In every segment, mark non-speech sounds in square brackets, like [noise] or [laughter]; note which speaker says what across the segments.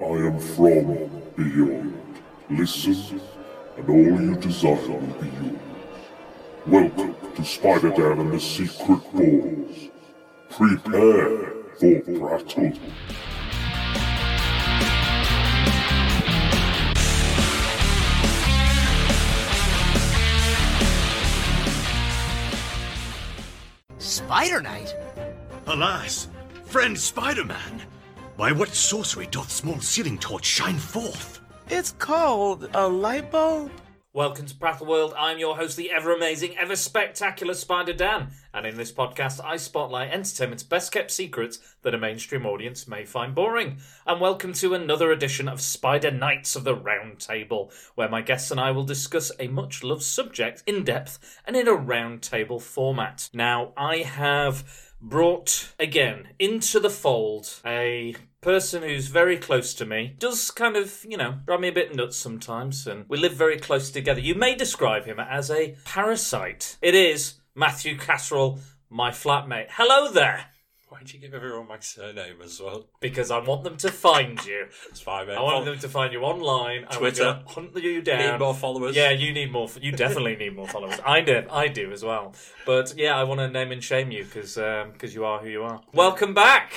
Speaker 1: I am from beyond. Listen, and all you desire will be yours. Welcome to Spider-Dan and the Secret Balls. Prepare for battle.
Speaker 2: Spider Knight?
Speaker 3: Alas, friend Spider-Man, by what sorcery doth small sealing torch shine forth?
Speaker 4: It's called a light bulb.
Speaker 5: Welcome to Prattle World. I'm your host, the ever amazing, ever spectacular Spider Dan, and in this podcast, I spotlight entertainment's best kept secrets that a mainstream audience may find boring. And welcome to another edition of Spider Knights of the Round Table, where my guests and I will discuss a much loved subject in depth and in a round table format. Now, I have brought again into the fold a person who's very close to me does kind of you know drive me a bit nuts sometimes and we live very close together you may describe him as a parasite it is matthew casserell my flatmate hello there
Speaker 6: Why'd you give everyone my surname as well?
Speaker 5: because i want them to find you
Speaker 6: It's fine, man.
Speaker 5: i want
Speaker 6: [laughs]
Speaker 5: them to find you online I want
Speaker 6: Twitter.
Speaker 5: to hunt you down
Speaker 6: Need more followers.
Speaker 5: yeah you need more you definitely need more followers i do i do as well but yeah i want to name and shame you because because you are who you are welcome back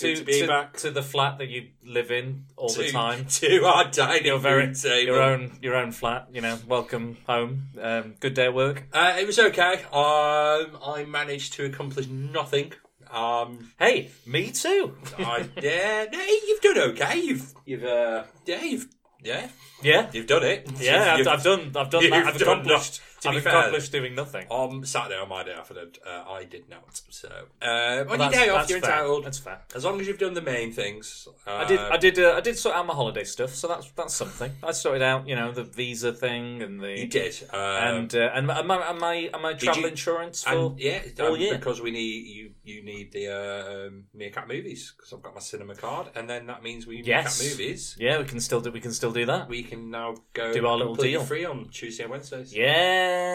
Speaker 6: good to be back.
Speaker 5: to the flat that you live in all the
Speaker 6: To-
Speaker 5: time
Speaker 6: [laughs] To our dining
Speaker 5: your very
Speaker 6: room table.
Speaker 5: your own your own flat. You know, welcome home. Um, good day at work.
Speaker 6: Uh, it was okay. Um, I managed to accomplish nothing. Um, [laughs]
Speaker 5: Hey, me too.
Speaker 6: I yeah, no, you've done okay. You've you've uh, yeah, you've yeah,
Speaker 5: yeah,
Speaker 6: you've done it.
Speaker 5: yeah. I've,
Speaker 6: You've-
Speaker 5: I've done. I've done
Speaker 6: you've
Speaker 5: that. I've
Speaker 6: done
Speaker 5: accomplished.
Speaker 6: that, to
Speaker 5: I've
Speaker 6: be fair.
Speaker 5: accomplished doing nothing.
Speaker 6: On Saturday, on my day off, I did, uh, I did not. So uh, on your
Speaker 5: That's-
Speaker 6: day off,
Speaker 5: that's
Speaker 6: you're
Speaker 5: fair.
Speaker 6: entitled.
Speaker 5: That's fair.
Speaker 6: As long as you've done the main things. Uh,
Speaker 5: I did. I did. Uh, I did sort out my holiday stuff. So that's that's something. I sorted out. You know, the visa thing and the
Speaker 6: You did. Um,
Speaker 5: and uh, and my and my, and my, and my travel
Speaker 6: you-
Speaker 5: insurance for
Speaker 6: And yeah,
Speaker 5: all
Speaker 6: um,
Speaker 5: year.
Speaker 6: because we need you. You need the uh, um, Meerkat movies because I've got my cinema card, and then that means we
Speaker 5: Yes.
Speaker 6: Meerkat movies.
Speaker 5: yeah, we can still do. We can still do that.
Speaker 6: We can now go
Speaker 5: Do our little
Speaker 6: completely
Speaker 5: deal.
Speaker 6: free on Tuesday and Wednesdays.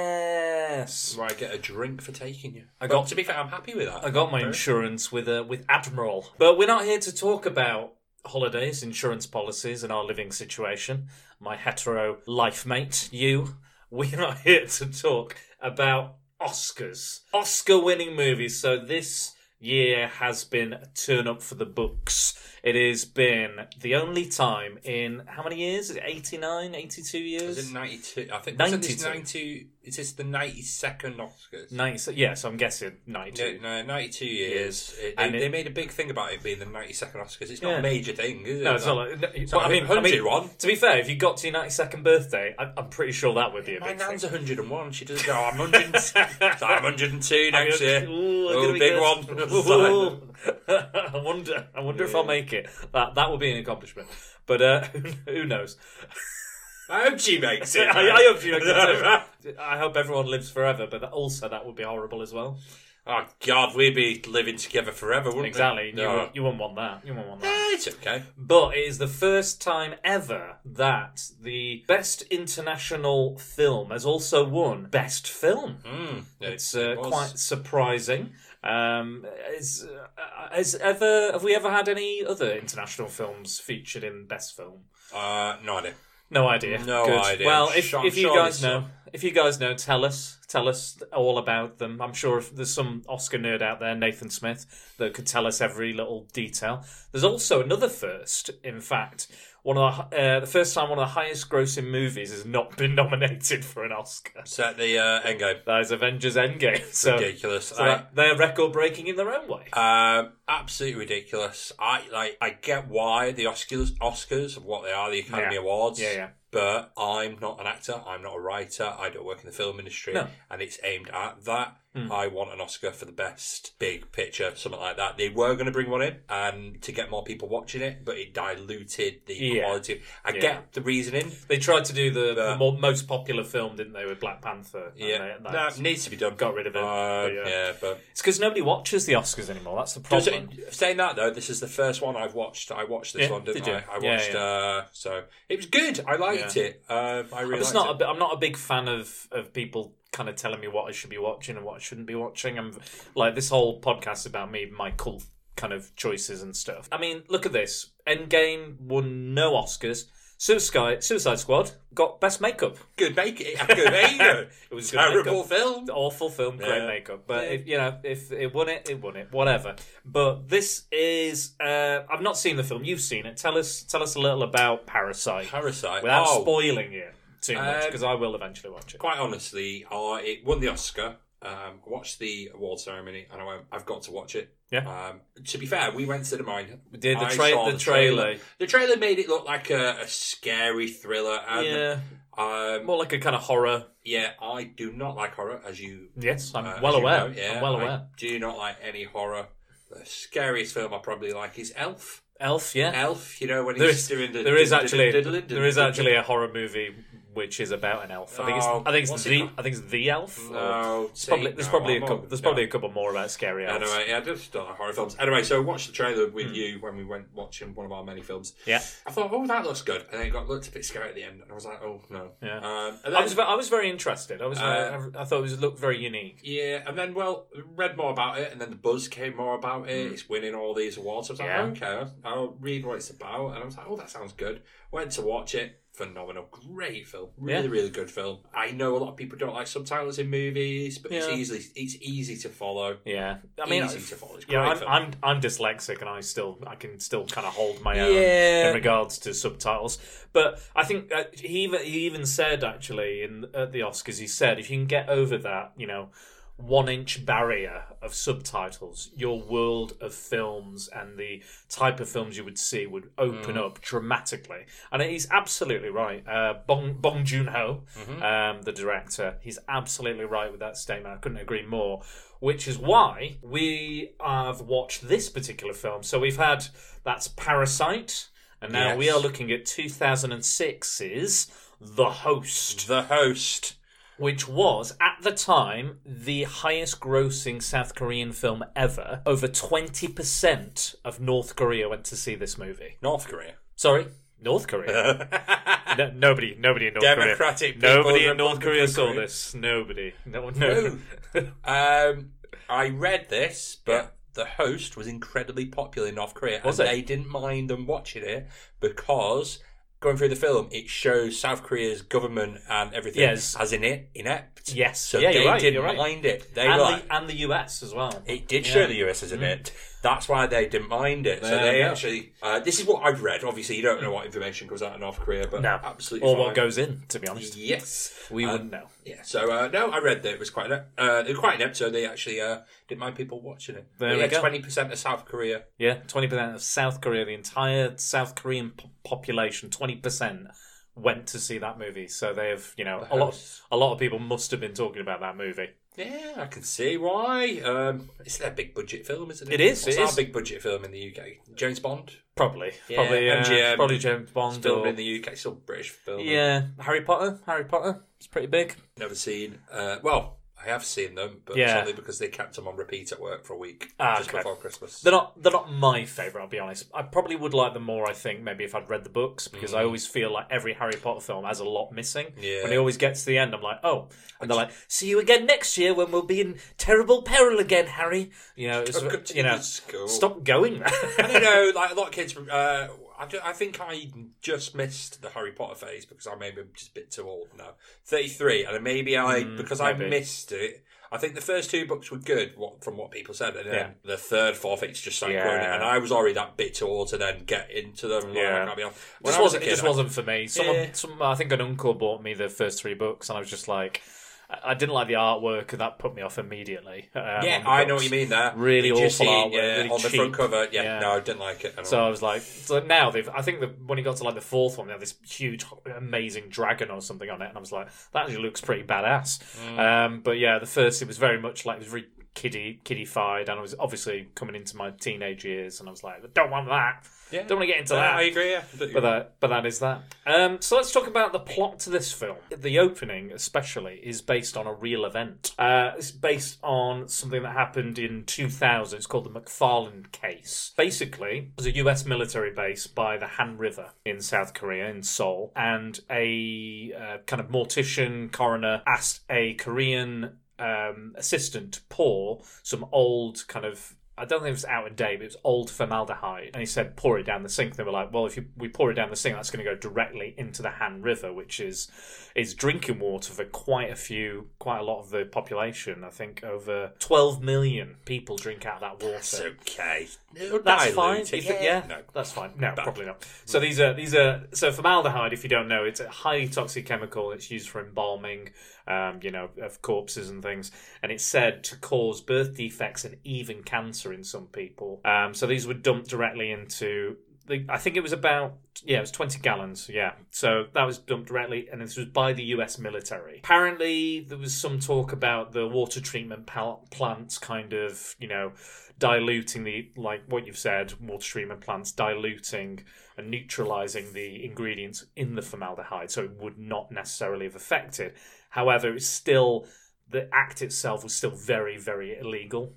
Speaker 5: yes.
Speaker 6: where I get a drink for taking you.
Speaker 5: I
Speaker 6: I
Speaker 5: got-
Speaker 6: got to be fair. I'm happy with that.
Speaker 5: I got my
Speaker 6: Very-
Speaker 5: insurance with uh, with Admiral, but we're not here to talk about holidays, insurance policies, and our living situation. My hetero life mate, you. We're not [laughs] here to talk about Oscars, Oscar winning movies. So this year has been a turn up for the books. It has been the only time in how many years? Is it 89, 82 years?
Speaker 6: Is it 92? I think 92. This 92 is this the 92nd Oscars?
Speaker 5: 90, yes, I'm guessing 92.
Speaker 6: No, no, 92 years.
Speaker 5: Years.
Speaker 6: It-
Speaker 5: And
Speaker 6: they,
Speaker 5: it-
Speaker 6: they made a big thing about it being the 92nd Oscars. It's not
Speaker 5: Yeah.
Speaker 6: a major thing, is it?
Speaker 5: No, it's not like. no,
Speaker 6: It's
Speaker 5: but
Speaker 6: not
Speaker 5: I
Speaker 6: like
Speaker 5: mean, I mean,
Speaker 6: 101.
Speaker 5: to be fair, if you got to your ninety-second birthday, I, I'm pretty sure that would be a
Speaker 6: My
Speaker 5: big
Speaker 6: nan's
Speaker 5: thing.
Speaker 6: 101. She doesn't go. "Oh, I'm 100.
Speaker 5: [laughs]
Speaker 6: I'm 102
Speaker 5: I mean,
Speaker 6: next year.
Speaker 5: ooh, I'm
Speaker 6: Oh,
Speaker 5: gonna be
Speaker 6: big
Speaker 5: good.
Speaker 6: one.
Speaker 5: [laughs]
Speaker 6: [laughs]
Speaker 5: Ooh. [laughs] I wonder. I wonder if I'll make it. That that would be an accomplishment. But uh, [laughs] who
Speaker 6: [laughs]
Speaker 5: knows?
Speaker 6: I hope she makes
Speaker 5: [laughs] I,
Speaker 6: it.
Speaker 5: I hope you make it too. I hope everyone lives forever. But that, also, that would be horrible as well.
Speaker 6: [laughs] oh God, we'd be living together forever, wouldn't
Speaker 5: Exactly.
Speaker 6: we?
Speaker 5: and You,
Speaker 6: No.
Speaker 5: wouldn't- you wouldn't want that. You wouldn't want that.
Speaker 6: Eh, it's okay.
Speaker 5: But it is the first time ever that the best international film has also won best film.
Speaker 6: Mm,
Speaker 5: It's uh,
Speaker 6: it was.
Speaker 5: quite surprising. Um, is, uh, is ever have we ever had any other international films featured in best film?
Speaker 6: Uh, no idea.
Speaker 5: No idea.
Speaker 6: No
Speaker 5: Good.
Speaker 6: idea.
Speaker 5: Well, if,
Speaker 6: Sure-
Speaker 5: if you
Speaker 6: sure
Speaker 5: guys
Speaker 6: it's
Speaker 5: know,
Speaker 6: not.
Speaker 5: if you guys know, tell us. Tell us all about them. I'm sure if there's some Oscar nerd out there, Nathan Smith, that could tell us every little detail. There's also another first. In fact, one of the, hi- uh, the first time one of the highest grossing movies has not been [laughs] nominated for an Oscar.
Speaker 6: Set the uh, end game.
Speaker 5: That is Avengers Endgame. [laughs] So,
Speaker 6: Ridiculous.
Speaker 5: so
Speaker 6: I-
Speaker 5: that- they're record breaking in their own way.
Speaker 6: Um, absolutely ridiculous. I like. I get why the Oscars, Oscars, what they are, the Academy
Speaker 5: Yeah.
Speaker 6: Awards.
Speaker 5: Yeah, yeah.
Speaker 6: But I'm not an actor. I'm not a writer. I don't work in the film industry,
Speaker 5: No. Hmm.
Speaker 6: and it's aimed at that. I want an Oscar for the best big picture, something like that. They were going to bring one in, and to get more people watching it, but it diluted the
Speaker 5: Yeah.
Speaker 6: quality. I
Speaker 5: Yeah.
Speaker 6: get the reasoning.
Speaker 5: They tried to do the, the
Speaker 6: Yeah.
Speaker 5: mo most popular film, didn't they, with Black Panther? and
Speaker 6: uh, Yeah,
Speaker 5: they-
Speaker 6: that needs to be done.
Speaker 5: got rid of it,
Speaker 6: Uh,
Speaker 5: but yeah.
Speaker 6: yeah. but
Speaker 5: It's because nobody watches the Oscars anymore. That's the
Speaker 6: Does
Speaker 5: problem.
Speaker 6: it, saying that though, this is the first one I've watched. I watched this
Speaker 5: Yeah,
Speaker 6: one, didn't
Speaker 5: did you?
Speaker 6: I? I
Speaker 5: Yeah,
Speaker 6: watched.
Speaker 5: yeah.
Speaker 6: Uh, so it was good. I liked
Speaker 5: Yeah.
Speaker 6: it. Uh, I really
Speaker 5: I'm just
Speaker 6: liked
Speaker 5: not. A,
Speaker 6: it.
Speaker 5: bi- I'm not a big fan of of people kind of telling me what I should be watching and what I shouldn't be watching. I'm like this whole podcast is about me, my cult kind of choices and stuff. I mean, look at this. Endgame won no Oscars. Suicide, Suicide Squad got best makeup.
Speaker 6: Good make it.
Speaker 5: [laughs]
Speaker 6: Good makeup.
Speaker 5: It was good
Speaker 6: Terrible
Speaker 5: makeup.
Speaker 6: film.
Speaker 5: Awful film, great
Speaker 6: Yeah.
Speaker 5: makeup. But if you know, if it won it, it won it. Whatever. But this is uh I've not seen the film. You've seen it. Tell us tell us a little about Parasite.
Speaker 6: Parasite.
Speaker 5: Without
Speaker 6: Oh.
Speaker 5: spoiling it too much,
Speaker 6: Um,
Speaker 5: because I will eventually watch it.
Speaker 6: Quite honestly, I it won the Oscar. Um, I watched the award ceremony, and I went, I've got to watch it.
Speaker 5: Yeah.
Speaker 6: Um, to be fair, we went to the mine.
Speaker 5: We did the
Speaker 6: I
Speaker 5: tra-
Speaker 6: saw
Speaker 5: the trailer.
Speaker 6: The trailer made it look like a, a scary thriller. And,
Speaker 5: yeah.
Speaker 6: Um,
Speaker 5: More like a kind of horror.
Speaker 6: yeah, I do not like horror, as you
Speaker 5: Yes, I'm
Speaker 6: Uh,
Speaker 5: well
Speaker 6: as you
Speaker 5: aware.
Speaker 6: know, yeah,
Speaker 5: I'm well
Speaker 6: I
Speaker 5: aware.
Speaker 6: do not like any horror. The scariest film I probably like is Elf.
Speaker 5: Elf, yeah.
Speaker 6: Elf, you know when
Speaker 5: There
Speaker 6: he's
Speaker 5: is,
Speaker 6: doing the
Speaker 5: there is
Speaker 6: diddle-
Speaker 5: actually
Speaker 6: diddle- diddle-
Speaker 5: there is
Speaker 6: diddle-
Speaker 5: actually a horror movie which is about an elf. I think it's
Speaker 6: Oh,
Speaker 5: I think it's
Speaker 6: what's it
Speaker 5: the
Speaker 6: called?
Speaker 5: I think it's the elf. or-
Speaker 6: No,
Speaker 5: it's
Speaker 6: see,
Speaker 5: probably, there's
Speaker 6: no,
Speaker 5: probably
Speaker 6: I'm
Speaker 5: a
Speaker 6: all-
Speaker 5: couple, there's
Speaker 6: no.
Speaker 5: probably a couple more about scary elves.
Speaker 6: Anyway, yeah, I just don't like horror films. Anyway, so I watched the trailer with you when we went watching one of our many films.
Speaker 5: Hmm. Yeah.
Speaker 6: I thought, oh, that looks good, and then it got looked a bit scary at the end, and I was like, oh no.
Speaker 5: Yeah.
Speaker 6: Um, and
Speaker 5: I
Speaker 6: then-
Speaker 5: was ve- I was very interested. I was
Speaker 6: Uh,
Speaker 5: I, I thought it was looked very unique.
Speaker 6: yeah, and then well, read more about it, and then the buzz came more about it. It's winning all these awards. I was like,
Speaker 5: Yeah.
Speaker 6: okay, I'll read what it's about, and I was like, oh, that sounds good. Went to watch it. Phenomenal, great film, really,
Speaker 5: Yeah.
Speaker 6: really good film. I know a lot of people don't like subtitles in movies, but it's
Speaker 5: Yeah.
Speaker 6: easily it's easy to follow.
Speaker 5: Yeah, I mean,
Speaker 6: Easy to follow. It's
Speaker 5: yeah,
Speaker 6: great
Speaker 5: I'm,
Speaker 6: film.
Speaker 5: I'm I'm dyslexic and I still I can still kind of hold my own
Speaker 6: Yeah.
Speaker 5: in regards to subtitles. But I think uh, he even he even said actually in at the Oscars he said if you can get over that you know one inch barrier of subtitles, your world of films and the type of films you would see would open up dramatically. And he's absolutely right. Uh, Bong Bong Joon Ho, um, the director, he's absolutely right with that statement. I couldn't agree more. Which is why we have watched this particular film. So we've had that's Parasite, and now we
Speaker 6: Yes.
Speaker 5: are looking at 2006's The Host
Speaker 6: The host.
Speaker 5: which was at the time the highest grossing South Korean film ever. Over 20% of North Korea went to see this movie.
Speaker 6: North Korea.
Speaker 5: Sorry, North Korea.
Speaker 6: [laughs]
Speaker 5: No- nobody, nobody in North
Speaker 6: Democratic
Speaker 5: Korea. Nobody
Speaker 6: People's
Speaker 5: in North
Speaker 6: Republic
Speaker 5: Korea
Speaker 6: of
Speaker 5: saw
Speaker 6: Korea.
Speaker 5: this. Nobody. No, no.
Speaker 6: [laughs] um, I read this, but the host was incredibly popular in North Korea.
Speaker 5: Was
Speaker 6: and
Speaker 5: it?
Speaker 6: They didn't mind them watching it because going through the film, it shows South Korea's government and everything
Speaker 5: Yes.
Speaker 6: as in it inept.
Speaker 5: Yes.
Speaker 6: so
Speaker 5: Yeah,
Speaker 6: they
Speaker 5: you're right,
Speaker 6: didn't
Speaker 5: you're right.
Speaker 6: mind it. They
Speaker 5: and,
Speaker 6: were like,
Speaker 5: the, and the US as well.
Speaker 6: it did
Speaker 5: Yeah. Mm-hmm.
Speaker 6: show the US as an it. That's why they didn't mind it. so
Speaker 5: There
Speaker 6: they
Speaker 5: we go.
Speaker 6: actually. Uh, this is what I've read. Obviously, you don't know what information goes out of North Korea, but
Speaker 5: No.
Speaker 6: absolutely.
Speaker 5: Or
Speaker 6: fine.
Speaker 5: what goes in, to be honest.
Speaker 6: Yes,
Speaker 5: We
Speaker 6: Um,
Speaker 5: wouldn't know.
Speaker 6: yeah, so uh, no, I read that it was quite inept. Uh, they were quite inept, so they actually uh, didn't mind people watching it.
Speaker 5: There we
Speaker 6: yeah,
Speaker 5: go.
Speaker 6: twenty percent of South Korea.
Speaker 5: Yeah, 20% of South Korea, the entire South Korean po- population, 20% went to see that movie. So they've, you know, a lot,
Speaker 6: host.
Speaker 5: a lot of people must have been talking about that movie.
Speaker 6: Yeah, I can see why. Um, it's their big budget film, isn't it?
Speaker 5: It is,
Speaker 6: What's
Speaker 5: it
Speaker 6: our
Speaker 5: is.
Speaker 6: big budget film in the UK? James Bond,
Speaker 5: Probably.
Speaker 6: Yeah,
Speaker 5: probably, uh,
Speaker 6: MGM.
Speaker 5: probably James Bond.
Speaker 6: film
Speaker 5: or-
Speaker 6: in the UK, still British film.
Speaker 5: yeah, Harry Potter. Harry Potter. It's pretty big.
Speaker 6: never seen. Uh, well, I have seen them, but
Speaker 5: Yeah.
Speaker 6: solely because they kept them on repeat at work for a week
Speaker 5: Ah,
Speaker 6: just
Speaker 5: okay.
Speaker 6: before Christmas.
Speaker 5: They're not. They're not my favorite. I'll be honest. I probably would like them more. I think maybe if I'd read the books because I always feel like every Harry Potter film has a lot missing.
Speaker 6: Mm. Yeah.
Speaker 5: When they always get to the end, I'm like, oh, and they're like, see you again next year when we'll be in terrible peril again, Harry. You know, it's,
Speaker 6: I've got to
Speaker 5: you know,
Speaker 6: the school.
Speaker 5: stop going
Speaker 6: I
Speaker 5: there. [laughs]
Speaker 6: don't know, like a lot of kids. Uh, I, don't- I think I just missed the Harry Potter phase because I maybe am just a bit too old now. Thirty-three, and maybe I because I
Speaker 5: Mm, maybe.
Speaker 6: missed it. I think the first two books were good, what, from what people said, and then
Speaker 5: Yeah.
Speaker 6: the third, fourth, it's just like
Speaker 5: Yeah.
Speaker 6: growing it. And I was already that bit too old to then get into them. And yeah,
Speaker 5: Yeah.
Speaker 6: like, I'll be honest.
Speaker 5: It just
Speaker 6: I was a
Speaker 5: wasn't. It just
Speaker 6: kid, I-
Speaker 5: wasn't for me. Someone,
Speaker 6: Yeah.
Speaker 5: some, I think an uncle bought me the first three books, and I was just like, I I didn't like the artwork, and that put me off immediately. um,
Speaker 6: Yeah,
Speaker 5: on the
Speaker 6: I know what
Speaker 5: books.
Speaker 6: you mean there.
Speaker 5: Really
Speaker 6: You just
Speaker 5: awful
Speaker 6: seen,
Speaker 5: artwork,
Speaker 6: yeah,
Speaker 5: really
Speaker 6: on the front
Speaker 5: cheap.
Speaker 6: cover. Yeah,
Speaker 5: Yeah.
Speaker 6: no, I didn't like it. At all.
Speaker 5: So I was like, so now they've. I think the, when it got to like the fourth one, they had this huge, amazing dragon or something on it, and I was like, that actually looks pretty badass.
Speaker 6: Mm.
Speaker 5: Um, but yeah, the first it was very much like it was very kiddie, kiddified, and I was obviously coming into my teenage years, and I was like, I don't want that.
Speaker 6: Yeah.
Speaker 5: Don't want to get into
Speaker 6: No,
Speaker 5: that.
Speaker 6: I agree. Yeah,
Speaker 5: But that, but that is that. Um, so let's talk about the plot to this film. The opening, especially, is based on a real event. Uh, it's based on something that happened in 2000. It's called the McFarland case. Basically, it was a U.S. military base by the Han River in South Korea, in Seoul, and a uh, kind of mortician coroner asked a Korean um, assistant to pour some old kind of I don't think it was out of date, but it was old formaldehyde. And he said, pour it down the sink. They were like, well, if you, we pour it down the sink, that's going to go directly into the Han River, which is is drinking water for quite a few, quite a lot of the population. I think over 12 million people drink out of that water.
Speaker 6: It's okay.
Speaker 5: That's fine. If it- yeah,
Speaker 6: No.
Speaker 5: that's fine. No, probably not. So these are these are so formaldehyde. If you don't know, it's a highly toxic chemical. It's used for embalming, um, you know, of corpses and things. And it's said to cause birth defects and even cancer in some people. Um, so these were dumped directly into. The, I think it was about yeah, it was twenty gallons. Yeah, so that was dumped directly, and this was by the U.S. military. Apparently, there was some talk about the water treatment pal- plants, kind of you know, diluting the like what you've said water treatment plants diluting and neutralizing the ingredients in the formaldehyde so it would not necessarily have affected however it's still the act itself was still very very illegal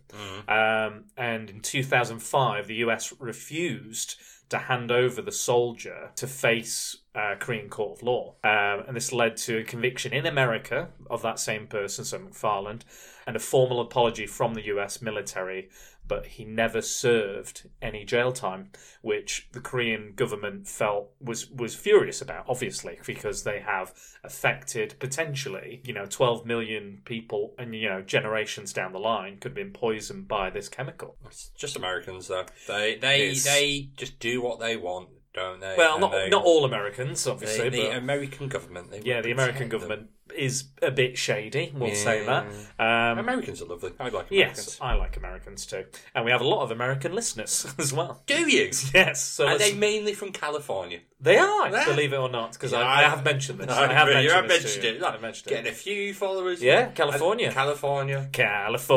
Speaker 5: um, and in 2005 the us refused to hand over the soldier to face uh, Korean court of law. Um, and this led to a conviction in America of that same person, so McFarland, and a formal apology from the US military, but he never served any jail time, which the Korean government felt was, was furious about, obviously, because they have affected potentially, you know, 12 million people and, you know, generations down the line could have been poisoned by this chemical.
Speaker 6: It's just Americans though. They they
Speaker 5: It's-
Speaker 6: they just do what they want, don't they?
Speaker 5: Well,
Speaker 6: And
Speaker 5: not,
Speaker 6: they-
Speaker 5: not all Americans,
Speaker 6: they-
Speaker 5: obviously.
Speaker 6: the
Speaker 5: but...
Speaker 6: American government. They
Speaker 5: Yeah,
Speaker 6: would
Speaker 5: the American
Speaker 6: protect them.
Speaker 5: government is a bit shady. We'll say that. Um,
Speaker 6: Americans are lovely. I like Americans.
Speaker 5: yes, I like Americans too, and we have a lot of American listeners [laughs] as well.
Speaker 6: Do you?
Speaker 5: [laughs] Yes, so
Speaker 6: Are
Speaker 5: let's-
Speaker 6: they mainly from California?
Speaker 5: they are,
Speaker 6: Yeah.
Speaker 5: believe it or not, because
Speaker 6: Yeah,
Speaker 5: I, I
Speaker 6: I-
Speaker 5: have mentioned this. I have mentioned,
Speaker 6: you
Speaker 5: this to you.
Speaker 6: it. Look,
Speaker 5: I mentioned
Speaker 6: getting
Speaker 5: it.
Speaker 6: a few followers.
Speaker 5: Yeah, California.
Speaker 6: And California.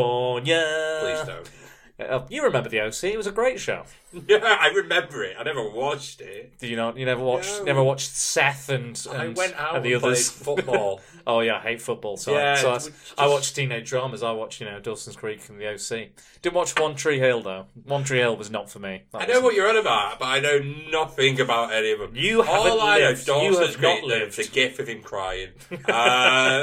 Speaker 5: California.
Speaker 6: Please don't. [laughs]
Speaker 5: Uh, you remember the OC? It was a great show.
Speaker 6: Yeah, I remember it. I never watched it.
Speaker 5: Did you not? You never watched?
Speaker 6: No.
Speaker 5: Never watched Seth and, and
Speaker 6: I went out
Speaker 5: and the
Speaker 6: and
Speaker 5: others
Speaker 6: played
Speaker 5: [laughs]
Speaker 6: football.
Speaker 5: Oh yeah, I hate football. So, I,
Speaker 6: Yeah,
Speaker 5: so I,
Speaker 6: we just-
Speaker 5: I watch teenage dramas. I watch you know Dawson's Creek and The OC. Didn't watch One Tree Hill though. One Tree Hill was not for me. That
Speaker 6: I know
Speaker 5: was-
Speaker 6: what you're on about, but I know nothing about any of them.
Speaker 5: You haven't
Speaker 6: all I know,
Speaker 5: lived.
Speaker 6: Dawson's
Speaker 5: You have
Speaker 6: Creek,
Speaker 5: not lived.
Speaker 6: It's a gif of him crying. Uh,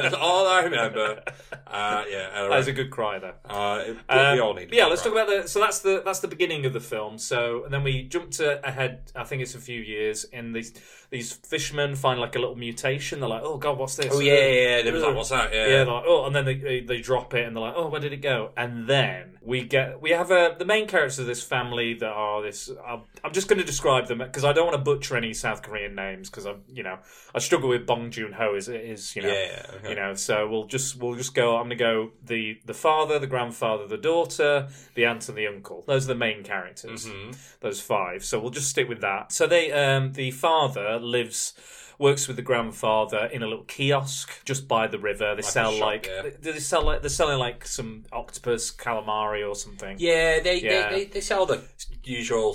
Speaker 6: that's all I remember. Uh, yeah, I
Speaker 5: That was a good cry though.
Speaker 6: uh, it-
Speaker 5: Um,
Speaker 6: we all need.
Speaker 5: but yeah, let's talk about the. So that's the that's the beginning of the film. So and then we jump to ahead. I think it's a few years, and these these fishermen find like a little mutation. They're like, oh god, what's this?
Speaker 6: Oh yeah, yeah, yeah. They was like, "What's that?"
Speaker 5: Yeah, they're like, oh, and then they, they they drop it, and they're like, oh, where did it go? And then we get we have a the main characters of this family that are this. I'm, I'm just going to describe them because I don't want to butcher any South Korean names because I'm you know I struggle with Bong Joon Ho is is you know
Speaker 6: Yeah, okay.
Speaker 5: you know so we'll just we'll just go. I'm going to go the the father, the grandfather, the daughter, the aunt, and the uncle. Those are the main characters
Speaker 6: Mm-hmm.
Speaker 5: those five. So we'll just stick with that. So they, um, the father lives, works with the grandfather in a little kiosk just by the river. They sell
Speaker 6: shop,
Speaker 5: like,
Speaker 6: yeah.
Speaker 5: they, they sell like, they're selling like some octopus calamari or something.
Speaker 6: Yeah, they,
Speaker 5: Yeah.
Speaker 6: They, they they sell the usual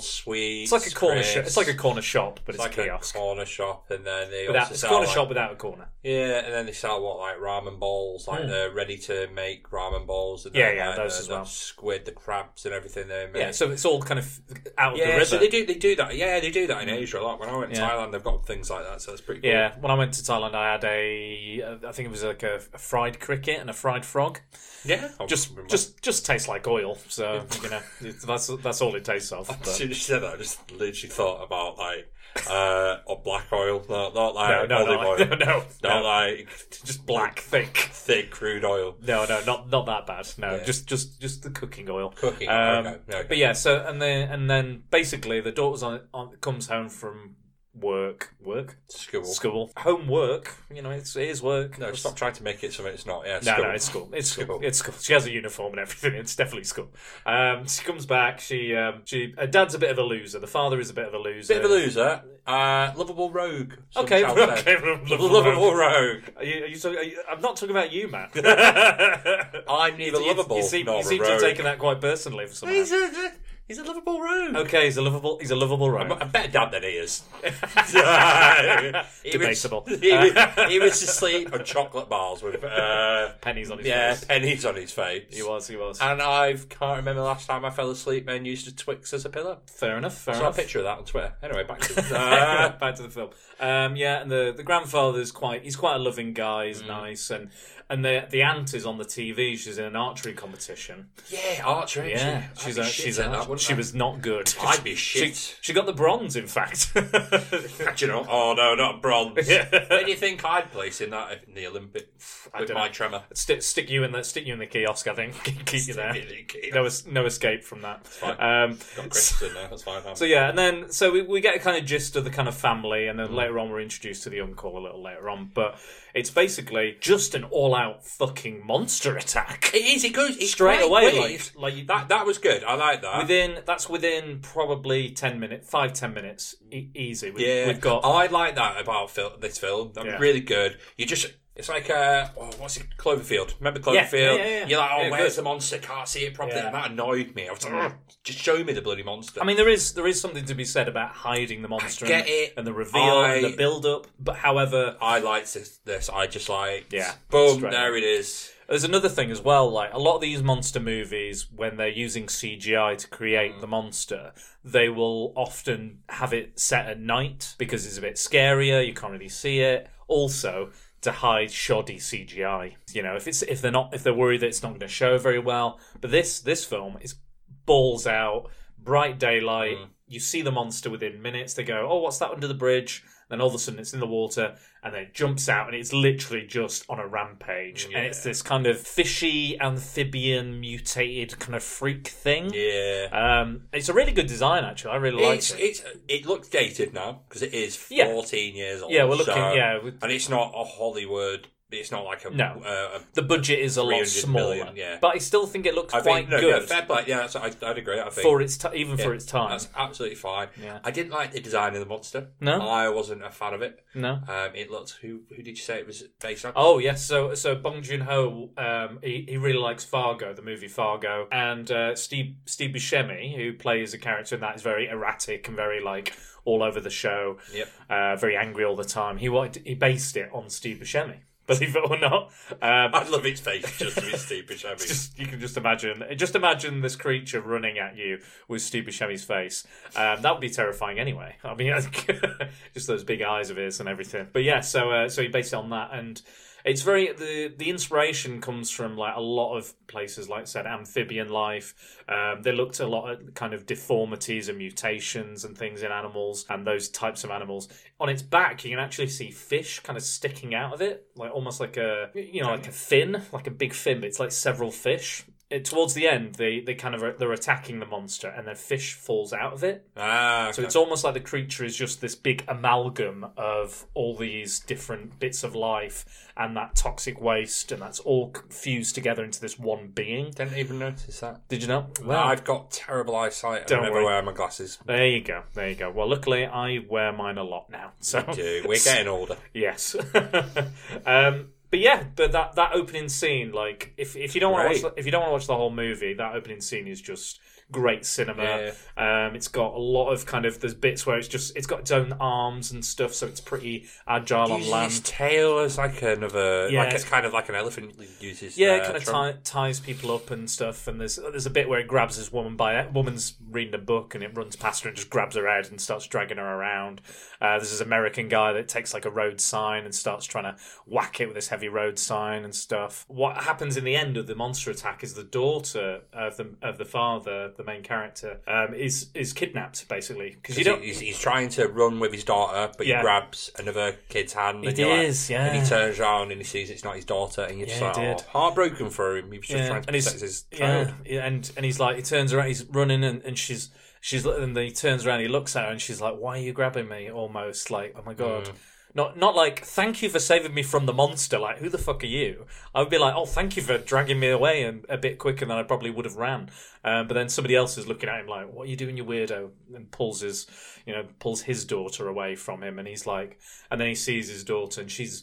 Speaker 5: It's
Speaker 6: sweets.
Speaker 5: like a corner shop.
Speaker 6: crisps.
Speaker 5: It's like a corner shop, but
Speaker 6: It's
Speaker 5: it's,
Speaker 6: like a
Speaker 5: kiosk.
Speaker 6: corner shop, and then they
Speaker 5: Without,
Speaker 6: also
Speaker 5: it's
Speaker 6: sell
Speaker 5: a corner
Speaker 6: like-
Speaker 5: shop without a corner.
Speaker 6: Yeah, and then they sell what like ramen bowls, like the ready to make ramen bowls. And
Speaker 5: Hmm. Yeah,
Speaker 6: then,
Speaker 5: yeah,
Speaker 6: like,
Speaker 5: those
Speaker 6: the-
Speaker 5: as
Speaker 6: the
Speaker 5: well.
Speaker 6: Squid, the crabs, and everything they make.
Speaker 5: Yeah, so it's all kind of out of
Speaker 6: Yeah,
Speaker 5: the river.
Speaker 6: so they do they do that. Yeah, they do that in Asia a lot. When I went to
Speaker 5: Yeah.
Speaker 6: Thailand, they've got things like that, so that's pretty cool.
Speaker 5: Yeah, when I went to Thailand, I had a, I think it was like a, a fried cricket and a fried frog.
Speaker 6: yeah. I'll
Speaker 5: Just,
Speaker 6: remember.
Speaker 5: just, just tastes like oil. So you know, it's, that's that's all it tastes of.
Speaker 6: As
Speaker 5: but-
Speaker 6: soon as you said that, I just literally thought about like uh, or black oil, not,
Speaker 5: No,
Speaker 6: not like
Speaker 5: no,
Speaker 6: olive
Speaker 5: no,
Speaker 6: oil,
Speaker 5: like- [laughs] no, no,
Speaker 6: [laughs] not
Speaker 5: no.
Speaker 6: like
Speaker 5: just black thick.
Speaker 6: thick crude oil.
Speaker 5: No, no, not not that bad. No,
Speaker 6: Yeah.
Speaker 5: just just just the cooking oil. Um,
Speaker 6: Cooking, okay, okay.
Speaker 5: But yeah, so and then and then basically the daughter's on, on comes home from work, work,
Speaker 6: School.
Speaker 5: school, home work. You know, it's it is work.
Speaker 6: No,
Speaker 5: It's-
Speaker 6: stop trying to make it something it's not. Yeah,
Speaker 5: No,
Speaker 6: school.
Speaker 5: no, it's school. It's school.
Speaker 6: School.
Speaker 5: It's school. She has a uniform and everything. [laughs] It's definitely school. Um, she comes back. She, um, she. Her dad's a bit of a loser. The father is a bit of a loser.
Speaker 6: Bit of a loser. Uh, lovable rogue. some
Speaker 5: Okay,
Speaker 6: shall say.
Speaker 5: [laughs] okay, lovable
Speaker 6: [laughs] lovable rogue.
Speaker 5: Are you, are you, talking- are you, I'm not talking about you, man.
Speaker 6: [laughs] I'm neither
Speaker 5: You-
Speaker 6: lovable
Speaker 5: You seem,
Speaker 6: nor
Speaker 5: you
Speaker 6: a
Speaker 5: seem to
Speaker 6: rogue.
Speaker 5: have taken that quite personally for some reason.
Speaker 6: He's a lovable rogue.
Speaker 5: Okay, he's a lovable. He's a lovable rogue.
Speaker 6: I bet dad than he [laughs] is. he
Speaker 5: Debatable. Uh,
Speaker 6: Was, he, was- he was [laughs] asleep on chocolate bars with uh,
Speaker 5: Pennies on his
Speaker 6: yeah Uh,
Speaker 5: face.
Speaker 6: pennies on his face.
Speaker 5: He was. He was.
Speaker 6: And I can't remember the last time I fell asleep and used a Twix as a pillow.
Speaker 5: fair enough. Fair
Speaker 6: I saw a
Speaker 5: enough.
Speaker 6: picture of that on Twitter. Anyway, back [laughs] to
Speaker 5: Uh,
Speaker 6: uh,
Speaker 5: back to the film. Um, yeah, and the, the grandfather's quite he's quite a loving guy.
Speaker 6: Mm.
Speaker 5: He's nice, and and the the aunt is on the TV. She's in an archery competition.
Speaker 6: yeah, archery.
Speaker 5: Yeah,
Speaker 6: I'd
Speaker 5: she's
Speaker 6: be
Speaker 5: a,
Speaker 6: shit
Speaker 5: she's
Speaker 6: at
Speaker 5: a,
Speaker 6: that, wouldn't
Speaker 5: she
Speaker 6: I?
Speaker 5: was not good.
Speaker 6: [laughs] I'd be
Speaker 5: She,
Speaker 6: shit.
Speaker 5: she got the bronze, in
Speaker 6: [laughs]
Speaker 5: fact.
Speaker 6: Do you know?
Speaker 5: [laughs]
Speaker 6: Oh no, not [laughs] bronze.
Speaker 5: Yeah.
Speaker 6: Where do you think I'd place in that if- in the Olympics with
Speaker 5: dunno.
Speaker 6: my tremor?
Speaker 5: stick, stick you in the stick you in the kiosk. I think [laughs] keep you there. No, es- no escape from that.
Speaker 6: fine.
Speaker 5: Um,
Speaker 6: Got crisps in there. That's fine. I'm-
Speaker 5: So yeah, and then so we, we get a kind of gist of the kind of family, and then later on we're introduced to the uncle a little later on. But it's basically just an all-out fucking monster attack
Speaker 6: It is. It goes it's
Speaker 5: straight
Speaker 6: quite
Speaker 5: away.
Speaker 6: quick.
Speaker 5: Like, like you,
Speaker 6: that. That was good. I like that.
Speaker 5: within that's within probably ten minutes, five ten minutes, e- easy. We,
Speaker 6: yeah,
Speaker 5: we've got
Speaker 6: I like that about fil- this film. I'm
Speaker 5: Yeah.
Speaker 6: really good. You just. It's like uh, oh, what's it? Cloverfield. Remember
Speaker 5: Yeah,
Speaker 6: Cloverfield?
Speaker 5: yeah, yeah, yeah.
Speaker 6: You're like, oh,
Speaker 5: Yeah,
Speaker 6: where's
Speaker 5: good.
Speaker 6: the monster? Can't see it properly.
Speaker 5: Yeah. Mm.
Speaker 6: And that annoyed me. I was like, "Ugh, just show me the bloody monster.
Speaker 5: I mean, there is there is something to be said about hiding the monster
Speaker 6: get
Speaker 5: and,
Speaker 6: it.
Speaker 5: and the reveal and
Speaker 6: I-
Speaker 5: the build-up. But however,
Speaker 6: I liked this. this. I just like,
Speaker 5: Yeah,
Speaker 6: boom,
Speaker 5: straight
Speaker 6: there
Speaker 5: up.
Speaker 6: it is.
Speaker 5: There's another thing as well, like a lot of these monster movies, when they're using CGI to create the monster, they will often have it set at night because it's a bit scarier, you can't really see it. Also, to hide shoddy CGI. You know, if it's if they're not if they're worried that it's not gonna show very well. But this this film is balls out, bright daylight. You see the monster within minutes. They go, "Oh, what's that under the bridge?" Then all of a sudden, it's in the water, and then it jumps out, and it's literally just on a rampage. And it's this kind of fishy, amphibian, mutated kind of freak thing.
Speaker 6: Yeah.
Speaker 5: Um, it's a really good design, actually. I really like
Speaker 6: It's,
Speaker 5: it.
Speaker 6: it's it looks dated now because it is
Speaker 5: Yeah.
Speaker 6: 14 years old.
Speaker 5: Yeah, we're looking-
Speaker 6: so-
Speaker 5: yeah, we-
Speaker 6: and it's not a Hollywood. It's not like a
Speaker 5: No.
Speaker 6: Uh, a
Speaker 5: The budget is a lot
Speaker 6: 300
Speaker 5: smaller,
Speaker 6: million, yeah.
Speaker 5: but I still think it looks
Speaker 6: I
Speaker 5: quite
Speaker 6: think no,
Speaker 5: good
Speaker 6: no, fair play. Yeah, that's, I, I'd agree. I think
Speaker 5: for its ti even for
Speaker 6: Yeah,
Speaker 5: its time.
Speaker 6: That's absolutely fine.
Speaker 5: Yeah.
Speaker 6: I didn't like the design of the monster.
Speaker 5: No?
Speaker 6: I wasn't a fan of it.
Speaker 5: No.
Speaker 6: Um, it looked. Who who did you say it was based on?
Speaker 5: Oh yes, so so Bong Joon Ho, um, he he really likes Fargo, the movie Fargo, and uh, Steve Steve Buscemi, who plays a character in that, is very erratic and very like all over the show,
Speaker 6: Yep.
Speaker 5: uh, very angry all the time. He wanted he based it on Steve Buscemi, believe it or not. Um,
Speaker 6: [laughs] I love its face just to be stupid. I mean, [laughs]
Speaker 5: just you can just imagine, just imagine this creature running at you with Steve Buscemi's face. Um, that would be terrifying anyway. I mean, [laughs] just those big eyes of his and everything. But yeah, so uh, so he based it on that, and it's very the the inspiration comes from like a lot of places, like I said, amphibian life. Um, they looked a lot at kind of deformities and mutations and things in animals and those types of animals. On its back, you can actually see fish kind of sticking out of it, like almost like a you know like a fin, like a big fin, but it's like several fish. It, towards the end, they they kind of they're attacking the monster, and then fish falls out of it.
Speaker 6: ah,
Speaker 5: So it's almost like the creature is just this big amalgam of all these different bits of life and that toxic waste, and that's all c- fused together into this one being.
Speaker 6: didn't even notice that.
Speaker 5: Did you know?
Speaker 6: I've got terrible eyesight. and
Speaker 5: Don't
Speaker 6: I never
Speaker 5: worry.
Speaker 6: wear my glasses.
Speaker 5: there you go, there you go. Well, luckily I wear mine a lot now, so
Speaker 6: Dude, we're getting older.
Speaker 5: yes. [laughs] um, but yeah, but that that opening scene, like if if you don't want to
Speaker 6: Great.
Speaker 5: watch the, if you don't want to watch the whole movie, that opening scene is just great cinema. Um, it's got a lot of kind of there's bits where it's just it's got its own arms and stuff, so it's pretty agile on
Speaker 6: Uses his
Speaker 5: land.
Speaker 6: tail as like another,
Speaker 5: Yeah.
Speaker 6: like it's kind of like an elephant uses.
Speaker 5: Yeah,
Speaker 6: uh,
Speaker 5: it kind of
Speaker 6: trunk.
Speaker 5: tie, ties people up and stuff. And there's there's a bit where it grabs this woman by woman's reading a book and it runs past her and just grabs her head and starts dragging her around. Uh, there's this American guy that takes like a road sign and starts trying to whack it with this heavy road sign and stuff. What happens in the end of the monster attack is the daughter of the of the father, the main character, um, is is kidnapped basically because you don't.
Speaker 6: He's, he's trying to run with his daughter, but
Speaker 5: Yeah.
Speaker 6: he grabs another kid's hand.
Speaker 5: It
Speaker 6: and you're like-
Speaker 5: is, yeah.
Speaker 6: And he turns around and he sees it's not his daughter, and you're just
Speaker 5: Yeah,
Speaker 6: like,
Speaker 5: he did.
Speaker 6: "Oh, heartbroken for him. He was just
Speaker 5: Yeah,
Speaker 6: trying to
Speaker 5: and he's-
Speaker 6: protect his child.
Speaker 5: yeah, yeah, and and he's like he turns around he's running and, and she's she's and then he turns around he looks at her and she's like why are you grabbing me almost like oh my god
Speaker 6: Mm.
Speaker 5: not not like thank you for saving me from the monster like who the fuck are you I would be like oh thank you for dragging me away and a bit quicker than I probably would have ran um, but then somebody else is looking at him like what are you doing you weirdo and pulls his you know pulls his daughter away from him and he's like and then he sees his daughter and she's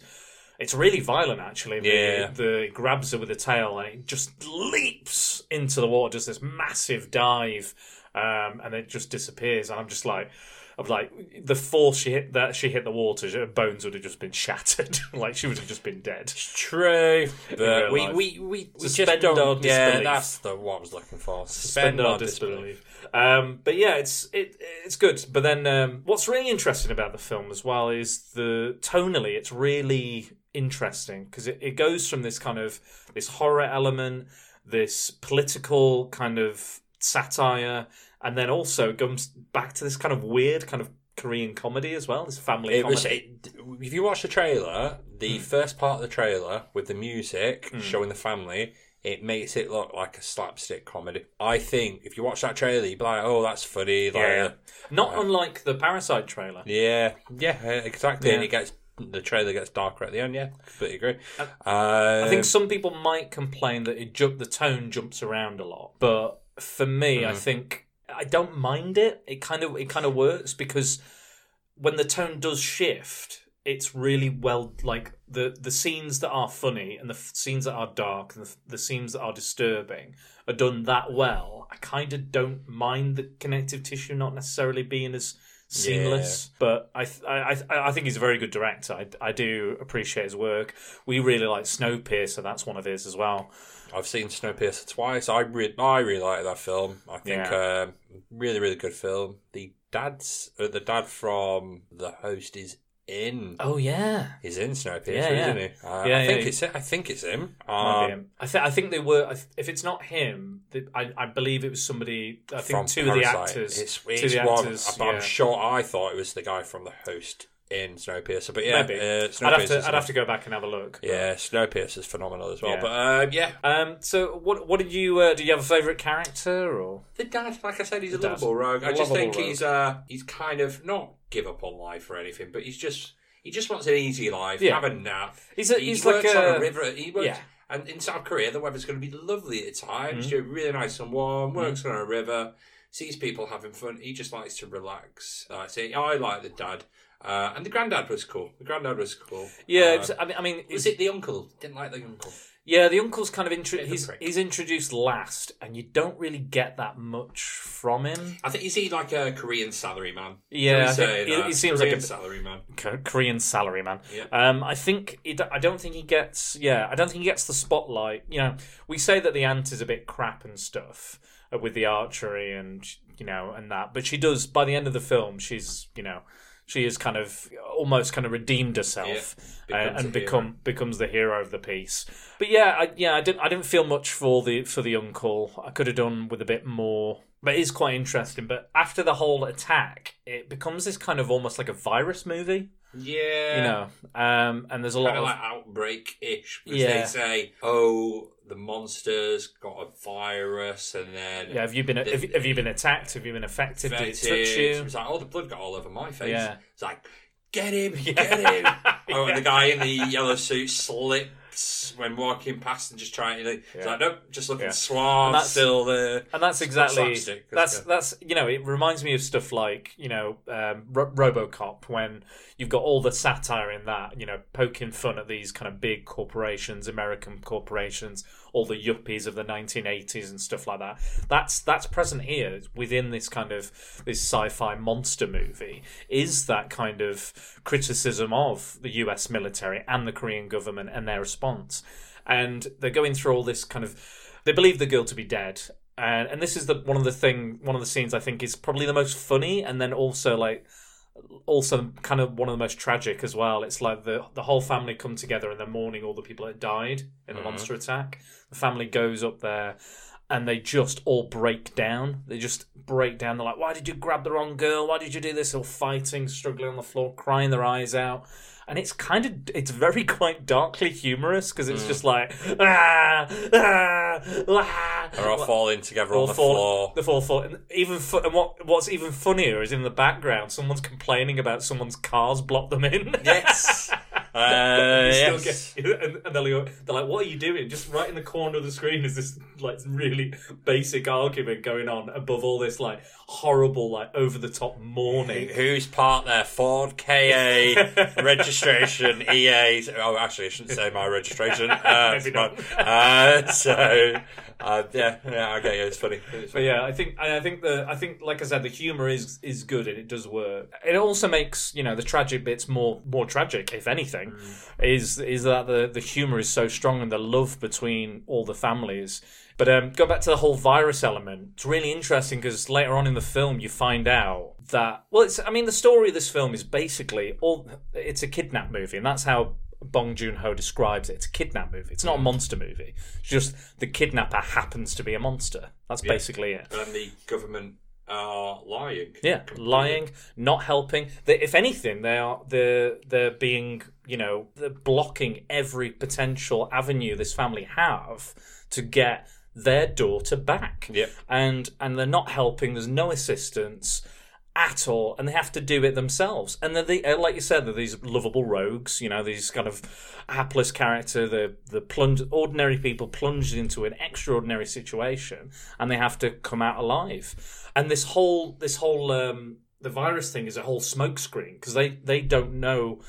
Speaker 5: it's really violent, actually. The,
Speaker 6: Yeah.
Speaker 5: the it grabs her with the tail and it just leaps into the water, does this massive dive, um, and it just disappears. And I'm just like, of like the force she hit that she hit the water, her bones would have just been [laughs] shattered. like she would have just been dead.
Speaker 6: It's true, but
Speaker 5: real
Speaker 6: we,
Speaker 5: life.
Speaker 6: we we we
Speaker 5: Suspend
Speaker 6: just don't.
Speaker 5: our
Speaker 6: yeah,
Speaker 5: disbelief.
Speaker 6: that's the what I was looking for.
Speaker 5: suspend our disbelief. Um, but yeah, it's it, it's good. But then, um, what's really interesting about the film as well is the tonally. It's really interesting because it, it goes from this kind of this horror element, this political kind of satire, and then also comes back to this kind of weird kind of Korean comedy as well. This family
Speaker 6: It was.
Speaker 5: comedy.
Speaker 6: It, if you watch the trailer, the
Speaker 5: Hmm.
Speaker 6: first part of the trailer with the music showing the family, it makes it look like a slapstick comedy. I think if you watch that trailer, you'd be like, "Oh, that's funny." Like,
Speaker 5: Yeah.
Speaker 6: uh,
Speaker 5: Not unlike the Parasite trailer.
Speaker 6: Yeah, yeah, uh, exactly. And
Speaker 5: Yeah.
Speaker 6: it gets the trailer gets darker at the end. Yeah, completely agree. Um,
Speaker 5: I think some people might complain that it ju- the tone jumps around a lot, but for me, I think I don't mind it. It kind of it kind of works because when the tone does shift, it's really well like the the scenes that are funny and the f- scenes that are dark and the, f- the scenes that are disturbing are done that well. I kind of don't mind the connective tissue not necessarily being as seamless, but I, th- I I I think he's a very good director. I, I do appreciate his work. We really like Snowpiercer. That's one of his as well.
Speaker 6: I've seen Snowpiercer twice. I re- I really like that film. I think
Speaker 5: Yeah.
Speaker 6: um, really really good film. The dad's uh, the dad from the host is in.
Speaker 5: Oh yeah,
Speaker 6: He's in Snowpiercer,
Speaker 5: Yeah, yeah.
Speaker 6: isn't he? Uh,
Speaker 5: Yeah,
Speaker 6: I
Speaker 5: yeah,
Speaker 6: think
Speaker 5: he-
Speaker 6: it's I think it's him.
Speaker 5: Might be
Speaker 6: Um,
Speaker 5: him. I, th- I think they were. I th- if it's not him, th- I, I believe it was somebody. I think
Speaker 6: from
Speaker 5: two
Speaker 6: Parasite.
Speaker 5: of the actors.
Speaker 6: It's,
Speaker 5: two of
Speaker 6: it's
Speaker 5: the
Speaker 6: one.
Speaker 5: actors.
Speaker 6: I'm
Speaker 5: yeah.
Speaker 6: sure I thought it was the guy from the host in Snowpiercer, but yeah,
Speaker 5: Maybe.
Speaker 6: uh,
Speaker 5: I'd have to.
Speaker 6: Snowpiercer's
Speaker 5: I'd have to go back and have a look. but-
Speaker 6: Yeah, Snowpiercer's phenomenal as well.
Speaker 5: Yeah.
Speaker 6: But um, yeah,
Speaker 5: Um. So what? What did you? Uh, do you have a favorite character or?
Speaker 6: The dad, like I said, he's a
Speaker 5: The dad.
Speaker 6: lovable rogue. I just
Speaker 5: Lovable
Speaker 6: think
Speaker 5: rogue.
Speaker 6: he's uh he's kind of not give up on life or anything, but he's just he just wants an easy life,
Speaker 5: Yeah.
Speaker 6: have a nap.
Speaker 5: He's a-
Speaker 6: he
Speaker 5: he's
Speaker 6: works
Speaker 5: like
Speaker 6: on
Speaker 5: a-
Speaker 6: a river. He works,
Speaker 5: yeah. Mm-hmm.
Speaker 6: and in South Korea the weather's going to be lovely at times. You're really nice and warm. Works on a river, sees people having fun. He just likes to relax. I say I like the dad. Uh, and the granddad was cool. The granddad was cool.
Speaker 5: Yeah.
Speaker 6: Uh,
Speaker 5: it's- I mean. I mean.
Speaker 6: was it the uncle? Didn't like the uncle.
Speaker 5: Yeah, the uncle's kind of intro-
Speaker 6: Bit of a
Speaker 5: he's
Speaker 6: prick.
Speaker 5: he's introduced last, and you don't really get that much from him.
Speaker 6: I think is he like a Korean salaryman?
Speaker 5: Yeah, I
Speaker 6: Can we
Speaker 5: think
Speaker 6: say
Speaker 5: he-
Speaker 6: that?
Speaker 5: he seems like
Speaker 6: Korean
Speaker 5: a-
Speaker 6: salaryman.
Speaker 5: K- Korean salary man.
Speaker 6: Yeah.
Speaker 5: Um, I think he d- I don't think he gets. Yeah, I don't think he gets the spotlight. You know, we say that the ant is a bit crap and stuff uh, with the archery and you know and that, but she does. By the end of the film, she's you know she is kind of almost kind of redeemed herself
Speaker 6: Yeah,
Speaker 5: uh,
Speaker 6: becomes
Speaker 5: and
Speaker 6: a hero.
Speaker 5: become becomes the hero of the piece. But yeah, I, yeah, I didn't I didn't feel much for the for the uncle. I could have done with a bit more. But it is quite interesting. But after the whole attack, it becomes this kind of almost like a virus movie
Speaker 6: Yeah,
Speaker 5: you know um and there's a lot
Speaker 6: kind
Speaker 5: of
Speaker 6: of like outbreak ish because
Speaker 5: Yeah.
Speaker 6: they say, "Oh, the monster's got a virus," and then
Speaker 5: yeah have you been have, have you been attacked have you been affected did it
Speaker 6: infected.
Speaker 5: touch you
Speaker 6: It's like, "Oh, the blood got all over my face."
Speaker 5: Yeah.
Speaker 6: It's like, "Get
Speaker 5: [laughs]
Speaker 6: him, get him!" Oh, and the guy in the yellow suit slips when walking past and just trying to. It's like, "Nope, just looking
Speaker 5: Yeah. And
Speaker 6: suave,
Speaker 5: that's-
Speaker 6: still there."
Speaker 5: and that's exactly
Speaker 6: slapstick, that's
Speaker 5: that's that's you know it reminds me of stuff like you know um, Ro- RoboCop when you've got all the satire in that you know poking fun at these kind of big corporations, American corporations, all the yuppies of the 1980s and stuff like that. That's that's present here within this kind of this sci-fi monster movie is that kind of criticism of the U.S. military and the Korean government and their response, and they're going through all this kind of they believe the girl to be dead and and this is the one of the thing one of the scenes i think is probably the most funny and then also like also kind of one of the most tragic as well it's like the the whole family come together and they're mourning all the people that died in the monster attack the family goes up there and they just all break down they just break down they're like why did you grab the wrong girl why did you do this all fighting struggling on the floor crying their eyes out and it's kind of it's very [laughs] quite darkly humorous because it's just like ah, ah, ah.
Speaker 6: They're all falling together
Speaker 5: All
Speaker 6: on the
Speaker 5: fall-
Speaker 6: floor.
Speaker 5: [laughs] The fall, fall. And even fu- and what what's even funnier is in the background, someone's complaining about someone's cars blocked them in.
Speaker 6: yes.
Speaker 5: [laughs]
Speaker 6: Uh,
Speaker 5: You still
Speaker 6: yes.
Speaker 5: get- and, and they're, like, they're like, "What are you doing?" Just right in the corner of the screen is this like really basic argument going on above all this like horrible like over the top mourning.
Speaker 6: Who's part there? Ford KA
Speaker 5: [laughs]
Speaker 6: registration E
Speaker 5: [laughs]
Speaker 6: EA. Oh, actually, I shouldn't say my registration. Uh, [laughs]
Speaker 5: Maybe
Speaker 6: it's my-
Speaker 5: not.
Speaker 6: uh, so Uh, yeah, yeah, I get you. It's funny.
Speaker 5: But
Speaker 6: It's funny.
Speaker 5: yeah, I think and I think the I think like I said, the humor is is good and it does work. It also makes you know the tragic bits more more tragic, if anything, is is that the the humor is so strong and the love between all the families. But um, go back to the whole virus element. It's really interesting because later on in the film you find out that well, it's I mean the story of this film is basically all it's a kidnap movie and that's how. Bong Joon Ho describes it. It's a kidnap movie. It's not a monster movie. It's just the kidnapper happens to be a monster. That's basically it.
Speaker 6: And the government are lying.
Speaker 5: Yeah, lying, not helping. They, if anything, they are they're they're being you know they're blocking every potential avenue this family have to get their daughter back.
Speaker 6: Yep.
Speaker 5: and and they're not helping. There's no assistance at all, and they have to do it themselves. And they're the, uh, like you said, they're these lovable rogues. You know, these kind of hapless character. The the plunge ordinary people plunged into an extraordinary situation, and they have to come out alive. And this whole this whole um, the virus thing is a whole smokescreen because they they don't know.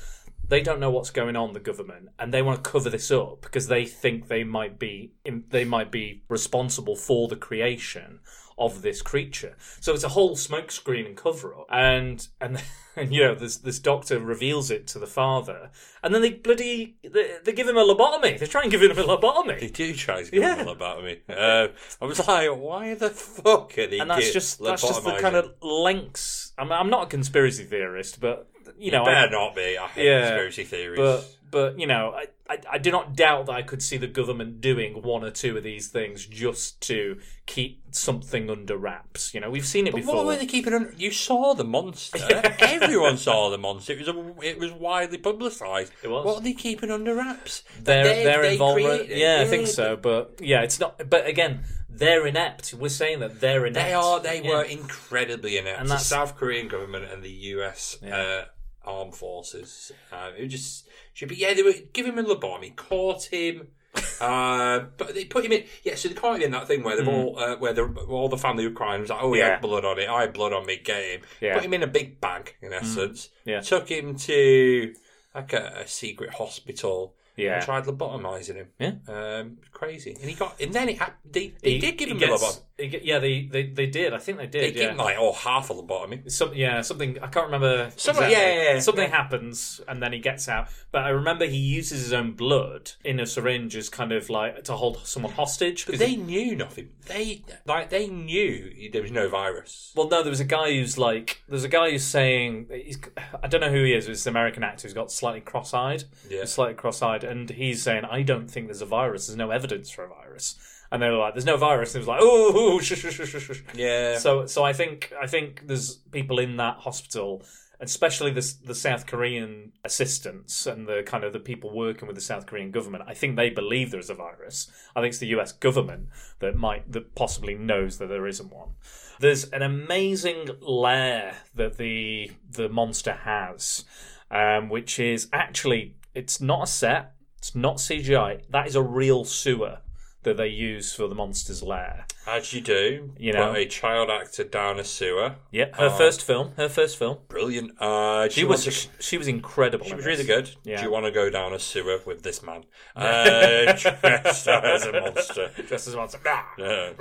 Speaker 5: They don't know what's going on, the government, and they want to cover this up because they think they might be they might be responsible for the creation of this creature. So it's a whole smokescreen and cover up. And and, [laughs] and you know this this doctor reveals it to the father, and then they bloody they, they give him a lobotomy. They try and give him a
Speaker 6: They
Speaker 5: lobotomy.
Speaker 6: do try to get
Speaker 5: Yeah.
Speaker 6: all about me. Uh, I was like, why the fuck are they
Speaker 5: And that's
Speaker 6: get-
Speaker 5: just that's just the
Speaker 6: lobotomising?
Speaker 5: kind of lengths. I'm I'm not a conspiracy theorist, but you know I,
Speaker 6: Better not be. I hate
Speaker 5: Yeah,
Speaker 6: conspiracy theories.
Speaker 5: but but you know I, I I do not doubt that I could see the government doing one or two of these things just to keep something under wraps. You know we've seen it
Speaker 6: But
Speaker 5: before.
Speaker 6: What were they keeping on? You saw the monster.
Speaker 5: [laughs]
Speaker 6: Everyone saw the monster. It was a, it was widely publicised.
Speaker 5: It was.
Speaker 6: What are they keeping under wraps?
Speaker 5: they're
Speaker 6: They-
Speaker 5: they're
Speaker 6: they
Speaker 5: involved.
Speaker 6: created-
Speaker 5: Yeah, I
Speaker 6: they-
Speaker 5: think so. But yeah, it's not. But again, they're inept. We're saying that they're inept.
Speaker 6: They are. They
Speaker 5: Yeah.
Speaker 6: were incredibly inept.
Speaker 5: And
Speaker 6: the
Speaker 5: that's-
Speaker 6: South Korean government and the U.S.
Speaker 5: Yeah.
Speaker 6: Uh, armed forces. Uh, it just should be. Yeah, they were give him a lobotomy, caught him.
Speaker 5: [laughs]
Speaker 6: uh, but they put him in. Yeah, so they caught him in that thing where they're all uh, where the all the family were crying. It was like, oh, he
Speaker 5: Hmm. Yeah.
Speaker 6: had blood on it. I had blood on me. Get him.
Speaker 5: Yeah. Hmm.
Speaker 6: Put him in a big bag. In essence,
Speaker 5: Yeah.
Speaker 6: Took him to like a, a secret hospital.
Speaker 5: Yeah.
Speaker 6: and tried lobotomizing him.
Speaker 5: Yeah.
Speaker 6: um, crazy. And he got. And then it. hap- They, they
Speaker 5: He-
Speaker 6: did give
Speaker 5: he
Speaker 6: him
Speaker 5: gets-
Speaker 6: a lobotomy.
Speaker 5: he get- yeah, they, they they did. I think they
Speaker 6: They
Speaker 5: did.
Speaker 6: give
Speaker 5: yeah.
Speaker 6: him like oh half a lobotomy.
Speaker 5: Some, yeah, something I can't remember.
Speaker 6: Something-
Speaker 5: exactly.
Speaker 6: yeah, yeah, yeah.
Speaker 5: something happens and then he gets out. But I remember he uses his own blood in a syringe as kind of like to hold someone hostage.
Speaker 6: But
Speaker 5: 'cause
Speaker 6: they
Speaker 5: he-
Speaker 6: knew nothing. They like they knew there was no virus.
Speaker 5: well, no, there was a guy who's like, there's a guy who's saying, he's, I don't know who he is. It's an American actor who's got slightly cross-eyed,
Speaker 6: Yeah.
Speaker 5: who's slightly cross-eyed, and he's saying, I don't think there's a virus. There's no evidence for a virus. And they were like, "There's no virus." And it was like, "Oh, shush, shush, shush, shush, shush."
Speaker 6: Yeah.
Speaker 5: So, so I think I think there's people in that hospital, especially the the South Korean assistants and the kind of the people working with the South Korean government. I think they believe there is a virus. I think it's the U.S. government that might that possibly knows that there isn't one. There's an amazing lair that the the monster has, um, which is actually it's not a set. It's not CGI. That is a real sewer that they use for the monster's lair.
Speaker 6: As you do,
Speaker 5: You know.
Speaker 6: put a child actor down a sewer.
Speaker 5: Yeah, her first film. Her first film.
Speaker 6: Brilliant. Uh, do
Speaker 5: She
Speaker 6: you
Speaker 5: was
Speaker 6: want to-
Speaker 5: she was incredible.
Speaker 6: She
Speaker 5: in
Speaker 6: was
Speaker 5: this.
Speaker 6: really
Speaker 5: [laughs]
Speaker 6: good.
Speaker 5: Yeah.
Speaker 6: Do you want to go down a sewer with this
Speaker 5: [laughs]
Speaker 6: man? Uh, dressed as a monster.
Speaker 5: Just as well. as-
Speaker 6: Yeah.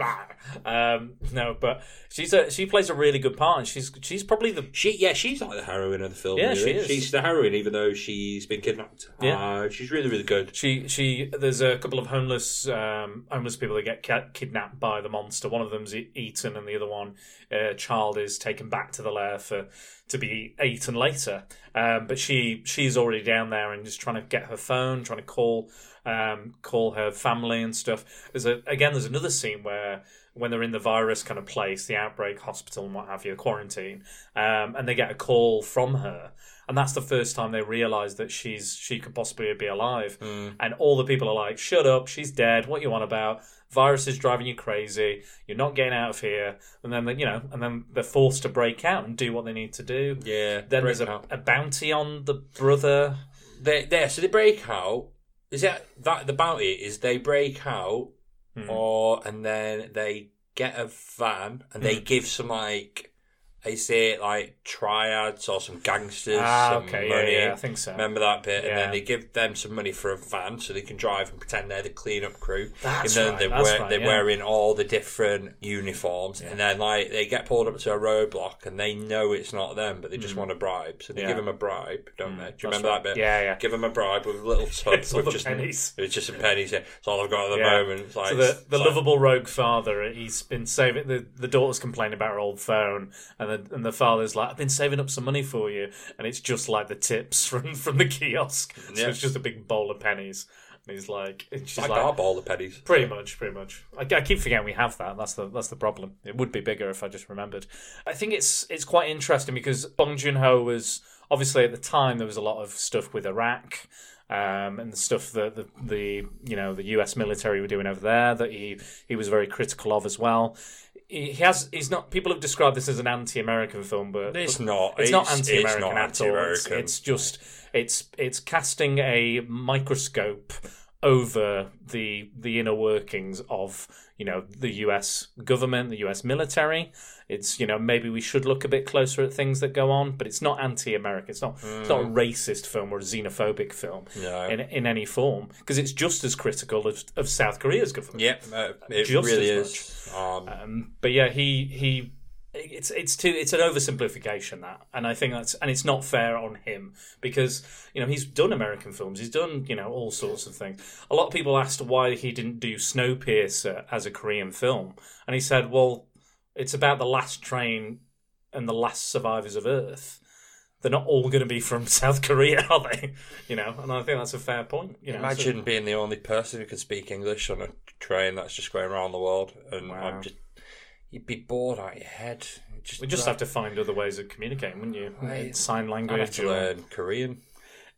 Speaker 5: Um, no, but she's a she plays a really good part, and she's she's probably the
Speaker 6: She, yeah, she's like the heroine of the film.
Speaker 5: Yeah,
Speaker 6: really.
Speaker 5: she is.
Speaker 6: She's the heroine, even though she's been kidnapped.
Speaker 5: Yeah.
Speaker 6: Uh, she's really, really good.
Speaker 5: she she. There's a couple of homeless um, homeless people that get ki- kidnapped by the monster. One of them's e- eaten, and the other one, uh, child, is taken back to the lair for to be eaten later. Um, but she she's already down there and is trying to get her phone, trying to call um, call her family and stuff. There's a again, there's another scene where when they're in the virus kind of place, the outbreak hospital and what have you, quarantine, um, and they get a call from her, and that's the first time they realise that she's she could possibly be alive,
Speaker 6: Hmm.
Speaker 5: and all the people are like, "Shut up, she's dead. What you on about?" Virus is driving you crazy. You're not getting out of here, and then they- you know, and then they're forced to break out and do what they need to do.
Speaker 6: Yeah.
Speaker 5: Then there's a,
Speaker 6: breakout.
Speaker 5: a bounty on the brother.
Speaker 6: They there, so they break out. Is that that the bounty is they break out,
Speaker 5: Hmm. Hmm.
Speaker 6: or and then they get a van and they give some like I say like triads or some gangsters,
Speaker 5: Ah,
Speaker 6: some
Speaker 5: okay, yeah,
Speaker 6: money.
Speaker 5: yeah, I think so.
Speaker 6: Remember that bit, and
Speaker 5: Yeah.
Speaker 6: then they give them some money for a van so they can drive and pretend they're the cleanup crew.
Speaker 5: That's
Speaker 6: and then
Speaker 5: right,
Speaker 6: they're,
Speaker 5: that's
Speaker 6: wear-
Speaker 5: right,
Speaker 6: they're
Speaker 5: yeah.
Speaker 6: wearing all the different uniforms, and then like they get pulled up to a roadblock, and they know it's not them, but they just want a bribe, so they
Speaker 5: Mm. Yeah. Mm,
Speaker 6: give them a bribe, don't they? Do you
Speaker 5: that's
Speaker 6: remember
Speaker 5: right.
Speaker 6: that bit?
Speaker 5: Yeah, yeah.
Speaker 6: Give them a bribe with
Speaker 5: [laughs]
Speaker 6: a little tub
Speaker 5: It's all
Speaker 6: with
Speaker 5: the
Speaker 6: just
Speaker 5: pennies.
Speaker 6: It's just some pennies. yeah. It's all I've got at the
Speaker 5: Yeah.
Speaker 6: moment. It's like,
Speaker 5: so the,
Speaker 6: it's
Speaker 5: the
Speaker 6: like-
Speaker 5: lovable rogue father, he's been saving the, the daughter's complaining about her old phone, and the and the father's like, "I've been saving up some money for you," and it's just like the tips [laughs] from from the kiosk. So
Speaker 6: Yeah.
Speaker 5: it's just a big bowl of pennies, and he's like, and she's
Speaker 6: Like
Speaker 5: like,
Speaker 6: our ball of pennies.
Speaker 5: Pretty much, pretty much. I, I keep forgetting we have that. That's the that's the problem. It would be bigger if I just remembered. I think it's it's quite interesting because Bong Joon Ho was obviously at the time there was a lot of stuff with Iraq. Um, and the stuff that the, the you know the U.S. military were doing over there that he, he was very critical of as well. He he has he's not people have described this as an anti-American film, but
Speaker 6: It's not.
Speaker 5: It's, not
Speaker 6: It's- it's
Speaker 5: anti-American
Speaker 6: not
Speaker 5: at all. It's,
Speaker 6: anti-American.
Speaker 5: it's just it's it's casting a microscope over the the inner workings of you know the U.S. government, the U.S. military. It's you know maybe we should look a bit closer at things that go on, but it's not anti-American. It's not it's not a racist film or a xenophobic film
Speaker 6: No.
Speaker 5: in in any form because it's just as critical of, of South Korea's government.
Speaker 6: Yep, uh, it
Speaker 5: Just
Speaker 6: really
Speaker 5: as
Speaker 6: is. Um,
Speaker 5: Um, but yeah, he he. It's it's too it's an oversimplification that, and I think that's and it's not fair on him because you know he's done American films, he's done you know all sorts of things. A lot of people asked why he didn't do Snowpiercer as a Korean film, and he said, "Well, it's about the last train and the last survivors of Earth. They're not all going to be from [laughs] South Korea, are they? You know." And I think that's a fair point. You know, so-
Speaker 6: imagine being the only person who can speak English on a train that's just going around the world, and
Speaker 5: Wow.
Speaker 6: I'm just you'd be bored out of your head. You'd Just,
Speaker 5: we just have to find other ways of communicating, wouldn't you?
Speaker 6: Right.
Speaker 5: Sign
Speaker 6: I'd have
Speaker 5: language.
Speaker 6: to
Speaker 5: or-
Speaker 6: learn Korean.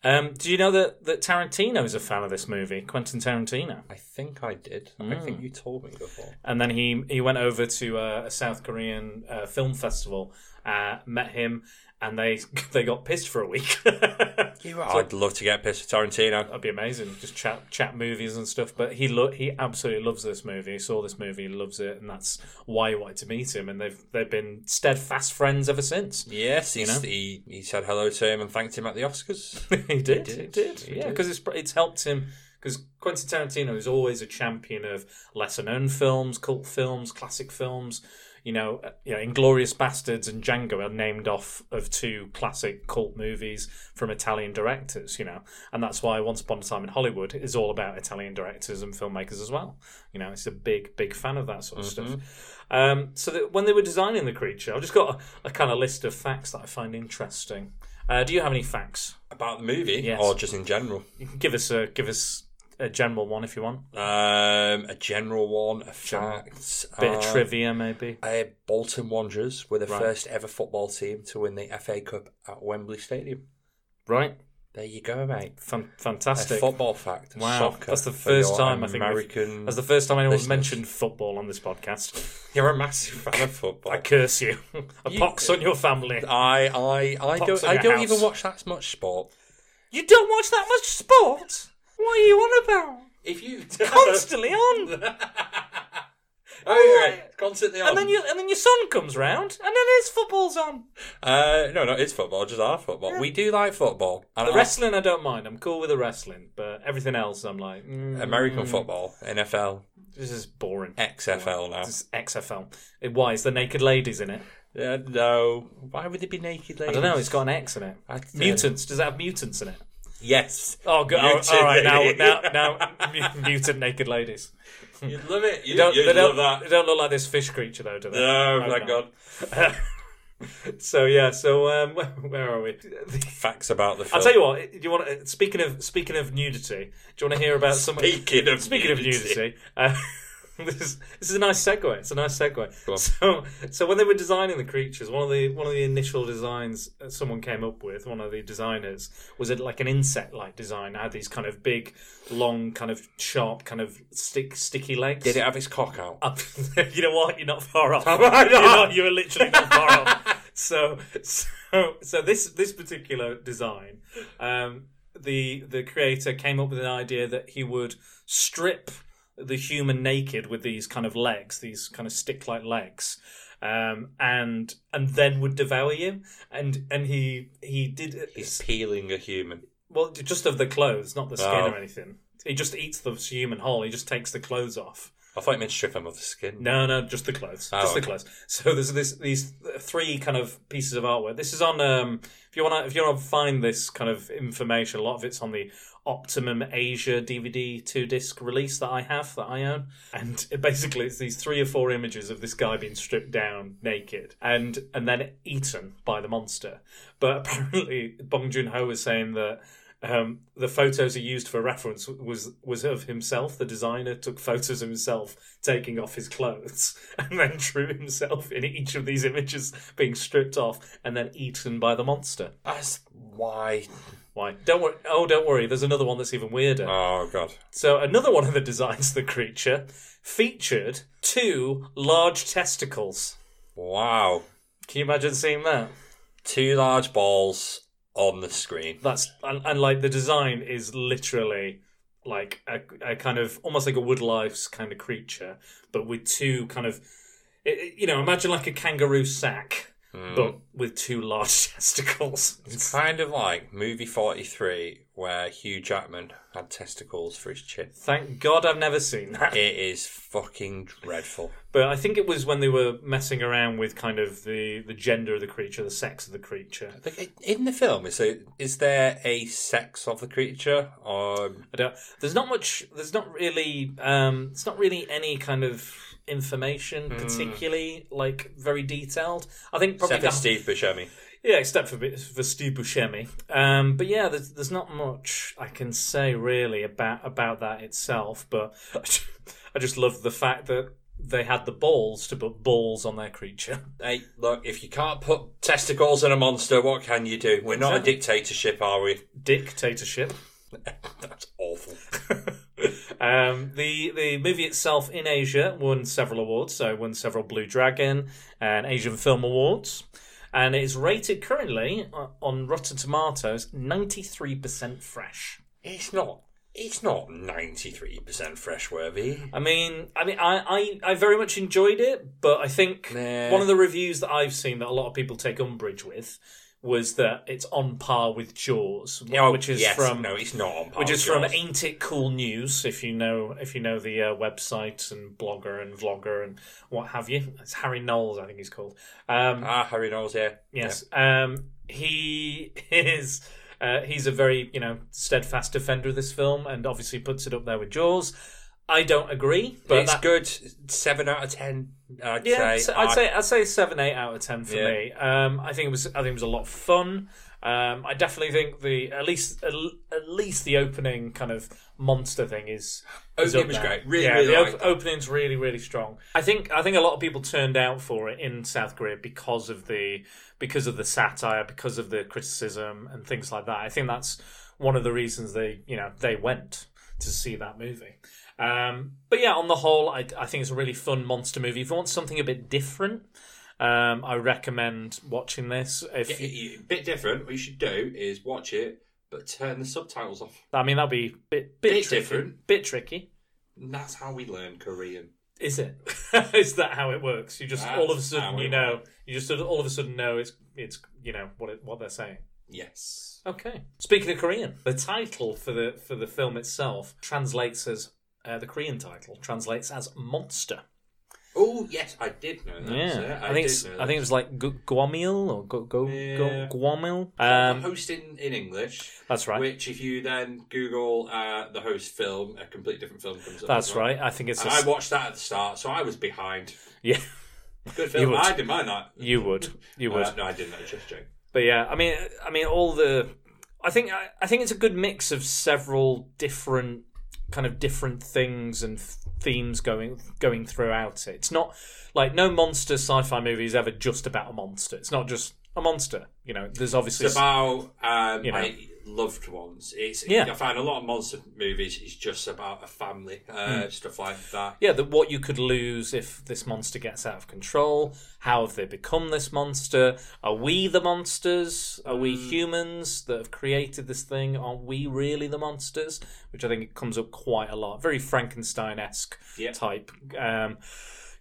Speaker 5: Um, do you know that, that Tarantino's a fan of this movie, Quentin Tarantino?
Speaker 6: I think I did. I
Speaker 5: Hmm.
Speaker 6: think you told me before.
Speaker 5: And then he he went over to uh, a South Korean uh, film festival, uh, met him, and they [laughs] they got pissed for a week. [laughs]
Speaker 6: You are. I'd love to get pissed at Tarantino.
Speaker 5: That'd be amazing, just chat chat movies and stuff. But he lo- he absolutely loves this movie. He saw this movie, he loves it, and that's why he wanted to meet him. And they've they've been steadfast friends ever since.
Speaker 6: Yes,
Speaker 5: know?
Speaker 6: he's- he he said hello to him and thanked him at the Oscars.
Speaker 5: [laughs] he did. He
Speaker 6: He
Speaker 5: did.
Speaker 6: did, he
Speaker 5: yeah,
Speaker 6: did.
Speaker 5: because it's it's helped him. Because Quentin Tarantino is always a champion of lesser-known films, cult films, classic films. You know, uh, you know, *Inglorious Bastards* and *Django* are named off of two classic cult movies from Italian directors. You know, and that's why *Once Upon a Time in Hollywood* is all about Italian directors and filmmakers as well. You know, it's a big, big fan of that sort of stuff.
Speaker 6: Mm-hmm.
Speaker 5: Um, so that when they were designing the creature, I've just got a, a kind of list of facts that I find interesting. Uh, do you have any facts?
Speaker 6: About the movie,
Speaker 5: Yes.
Speaker 6: or just in general?
Speaker 5: Give us a give us a general one if you want.
Speaker 6: Um, a general one, a fact,
Speaker 5: bit of
Speaker 6: uh,
Speaker 5: trivia maybe.
Speaker 6: Uh, Bolton Wanderers were the
Speaker 5: Right.
Speaker 6: first ever football team to win the FA Cup at Wembley Stadium.
Speaker 5: Right.
Speaker 6: There you go, mate.
Speaker 5: Fan-
Speaker 6: A
Speaker 5: fantastic.
Speaker 6: football fact.
Speaker 5: Wow,
Speaker 6: Soccer
Speaker 5: that's the
Speaker 6: for
Speaker 5: first
Speaker 6: your
Speaker 5: time I think we've-
Speaker 6: American.
Speaker 5: That's the first time anyone's
Speaker 6: Listeners.
Speaker 5: mentioned football on this podcast.
Speaker 6: You're a [laughs] massive fan of football.
Speaker 5: I curse you. [laughs] A
Speaker 6: You- Uh,
Speaker 5: pox on your family.
Speaker 6: I I I
Speaker 5: Pops
Speaker 6: don't
Speaker 5: in
Speaker 6: I
Speaker 5: your
Speaker 6: don't
Speaker 5: house.
Speaker 6: even watch that much sport.
Speaker 5: You don't watch that much sport? What are you on
Speaker 6: [laughs]
Speaker 5: about?
Speaker 6: If you
Speaker 5: Constantly on.
Speaker 6: oh, yeah, constantly on,
Speaker 5: And then your and then your son comes round and then his football's on.
Speaker 6: uh, no, no, it's football, just our football. We do like football, and
Speaker 5: The
Speaker 6: I-
Speaker 5: wrestling I don't mind. I'm cool with the wrestling, but everything else I'm like mm,
Speaker 6: American football, NFL,
Speaker 5: this is boring.
Speaker 6: XFL now.
Speaker 5: This is XFL. Why is the naked ladies in it?
Speaker 6: Yeah, no, why would they be naked? Ladies?
Speaker 5: I don't know. It's got an X in it.
Speaker 6: I don't-
Speaker 5: Mutants. Does it have mutants in it?
Speaker 6: yes.
Speaker 5: Oh, good. Oh,
Speaker 6: Mutant
Speaker 5: all right. [laughs]
Speaker 6: lady.
Speaker 5: Now, now, now, mu- mutant naked ladies.
Speaker 6: You'd love it. You,
Speaker 5: Don't,
Speaker 6: would
Speaker 5: they, don't,
Speaker 6: love
Speaker 5: they
Speaker 6: that.
Speaker 5: don't look like this fish creature, though, do they?
Speaker 6: No,
Speaker 5: Hope
Speaker 6: thank
Speaker 5: not.
Speaker 6: God.
Speaker 5: So yeah. So um, [laughs] where, where are we?
Speaker 6: Facts about the film.
Speaker 5: I'll tell you what. Do you want? To, speaking of speaking of nudity, do you want to hear about some?
Speaker 6: Speaking
Speaker 5: [laughs]
Speaker 6: of
Speaker 5: speaking of nudity, [laughs] uh, this is this is a nice segue. It's a nice segue.
Speaker 6: on.
Speaker 5: So so when they were designing the creatures, one of the one of the initial designs that someone came up with, one of the designers, was it like an insect like design. It had these kind of big, long, kind of sharp, kind of stick sticky legs.
Speaker 6: Did it have its cock out?
Speaker 5: Up- [laughs] you know what? You're not far
Speaker 6: [laughs]
Speaker 5: off.
Speaker 6: Am I not?
Speaker 5: You're, you're literally not far off. [laughs] So, so, so this this particular design, um, the the creator came up with an idea that he would strip the human naked with these kind of legs, these kind of stick like legs, um, and and then would devour you. And and he he did
Speaker 6: He's peeling a human.
Speaker 5: well just of the clothes, not the skin
Speaker 6: Oh.
Speaker 5: or anything. He just eats the human whole. He just takes the clothes off.
Speaker 6: I thought you meant strip him of the skin.
Speaker 5: No, no, just the clothes.
Speaker 6: Oh,
Speaker 5: just the
Speaker 6: okay.
Speaker 5: clothes. So there's this these three kind of pieces of artwork. This is on um if you want to if you want to find this kind of information, a lot of it's on the Optimum Asia DVD two disc release that I have that I own, and [laughs] it basically it's these three or four images of this guy being stripped down naked and and then eaten by the monster. But [laughs] apparently Bong Joon Ho was saying that um, the photos he used for reference was was of himself. The designer took photos of himself taking off his clothes [laughs] and then drew himself in each of these images being stripped off and then eaten by the monster.
Speaker 6: That's why.
Speaker 5: Why? Don't worry. Oh, don't worry. There's another one that's even weirder.
Speaker 6: Oh god.
Speaker 5: So another one of the designs of the creature featured two large testicles.
Speaker 6: Wow.
Speaker 5: Can you imagine seeing that?
Speaker 6: Two large balls on the screen.
Speaker 5: That's and, and like the design is literally like a, a kind of almost like a woodlice kind of creature, but with two kind of it- it- you know imagine like a kangaroo sack,
Speaker 6: Hmm.
Speaker 5: but with two large [laughs] testicles.
Speaker 6: It's kind of like movie 43 where Hugh Jackman had testicles for his chin.
Speaker 5: Thank God I've never seen that.
Speaker 6: It is fucking dreadful.
Speaker 5: But I think it was when they were messing around with kind of the the gender of the creature, the sex of the creature.
Speaker 6: Like, i- In the film, is there, is there a sex of the creature? Um, Or
Speaker 5: I don't. There's not much. There's not really. Um, it's not really any kind of information
Speaker 6: Hmm.
Speaker 5: particularly like very detailed. I think probably
Speaker 6: except for
Speaker 5: the-
Speaker 6: Steve Buscemi.
Speaker 5: Yeah, except for for Steve Buscemi. Um, but yeah, there's, there's not much I can say really about about that itself. But I just love the fact that they had the balls to put balls on their creature. [laughs]
Speaker 6: Hey, look, if you can't put testicles in a monster, what can you do? We're not a dictatorship, are we? [laughs]
Speaker 5: Dictatorship. [laughs]
Speaker 6: That's awful.
Speaker 5: um, the the movie itself in Asia won several awards, so it won several Blue Dragon and Asian Film Awards, and it's rated currently uh, on Rotten Tomatoes ninety three percent fresh.
Speaker 6: It's not. It's not ninety three percent fresh worthy.
Speaker 5: I mean, I mean, I, I, I very much enjoyed it, but I think
Speaker 6: Nah.
Speaker 5: one of the reviews that I've seen that a lot of people take umbrage with was that it's on par with Jaws, wh- Oh, which is
Speaker 6: Oh, yes,
Speaker 5: from
Speaker 6: no, it's not on par.
Speaker 5: which
Speaker 6: with
Speaker 5: is from
Speaker 6: yours.
Speaker 5: Ain't It Cool News. If you know, if you know the uh, website and blogger and vlogger and what have you, it's Harry Knowles, I think he's called. Um,
Speaker 6: Ah, Harry knows. Yeah.
Speaker 5: Yes. Um, he [laughs] is. Uh, he's a very, you know, steadfast defender of this film, and obviously puts it up there with Jaws. I don't agree, but
Speaker 6: But it's
Speaker 5: that-
Speaker 6: good. Seven out of ten. I'd
Speaker 5: Yeah,
Speaker 6: say.
Speaker 5: so I'd
Speaker 6: I-
Speaker 5: say I'd say seven, eight out of ten for
Speaker 6: Yeah.
Speaker 5: me. Um, I think it was I think it was a lot of fun. Um, I definitely think the at least at least the opening kind of monster thing is. is
Speaker 6: Opening
Speaker 5: up
Speaker 6: was
Speaker 5: there.
Speaker 6: great. Really,
Speaker 5: yeah,
Speaker 6: really
Speaker 5: the op-
Speaker 6: liked it.
Speaker 5: opening's really really strong. I think I think a lot of people turned out for it in South Korea because of the because of the satire, because of the criticism and things like that. I think that's one of the reasons they you know they went to see that movie. Um, but yeah, on the whole, I, I think it's a really fun monster movie. If you want something a bit different, um, I recommend watching this. If
Speaker 6: Y- y- bit different. What you should do is watch it, but turn the subtitles off.
Speaker 5: I mean, that'd be a bit, bit,
Speaker 6: Bit
Speaker 5: tricky,
Speaker 6: different.
Speaker 5: Bit tricky.
Speaker 6: And that's how we learn Korean.
Speaker 5: Is it? [laughs] Is that how it works? You just all of a
Speaker 6: That's
Speaker 5: sudden
Speaker 6: how
Speaker 5: you
Speaker 6: it
Speaker 5: know. You just all of a sudden know it's it's you know what it, what they're saying.
Speaker 6: Yes.
Speaker 5: Okay. Speaking of Korean, the title for the for the film itself translates as uh, the Korean title translates as monster.
Speaker 6: Oh yes, I did know that. sir. I,
Speaker 5: I, think
Speaker 6: did
Speaker 5: it's
Speaker 6: know
Speaker 5: I think it was like Gu- Guamil or Gu- Gu-
Speaker 6: Yeah.
Speaker 5: Gu- Guamil.
Speaker 6: that.
Speaker 5: Um,
Speaker 6: hosting in English.
Speaker 5: that's right.
Speaker 6: Which, if you then Google uh, the host film, a completely different film comes up.
Speaker 5: That's
Speaker 6: as well.
Speaker 5: right. I think it's a,
Speaker 6: And I
Speaker 5: s-
Speaker 6: watched that at the start, so I was behind.
Speaker 5: [laughs] yeah.
Speaker 6: Good
Speaker 5: You
Speaker 6: film.
Speaker 5: would.
Speaker 6: I didn't mind that.
Speaker 5: You would. You would.
Speaker 6: Uh, no, I didn't. I was just joking.
Speaker 5: But yeah, I mean, I mean, all the, I think, I, I think it's a good mix of several different kind of different things and f- themes going going throughout it. It's not like no monster sci-fi movie is ever just about a monster. It's not just a monster. You know, there's obviously
Speaker 6: It's about um,
Speaker 5: You know.
Speaker 6: my loved ones. It's
Speaker 5: Yeah.
Speaker 6: I find a lot of monster movies is just about a family, uh, stuff like that.
Speaker 5: Hmm. yeah, that what you could lose if this monster gets out of control. How have they become this monster? Are we the monsters? Are we humans that have created this thing? Aren't we really the monsters? Which I think it comes up quite a lot. Very Frankenstein esque
Speaker 6: Yeah.
Speaker 5: type. Um,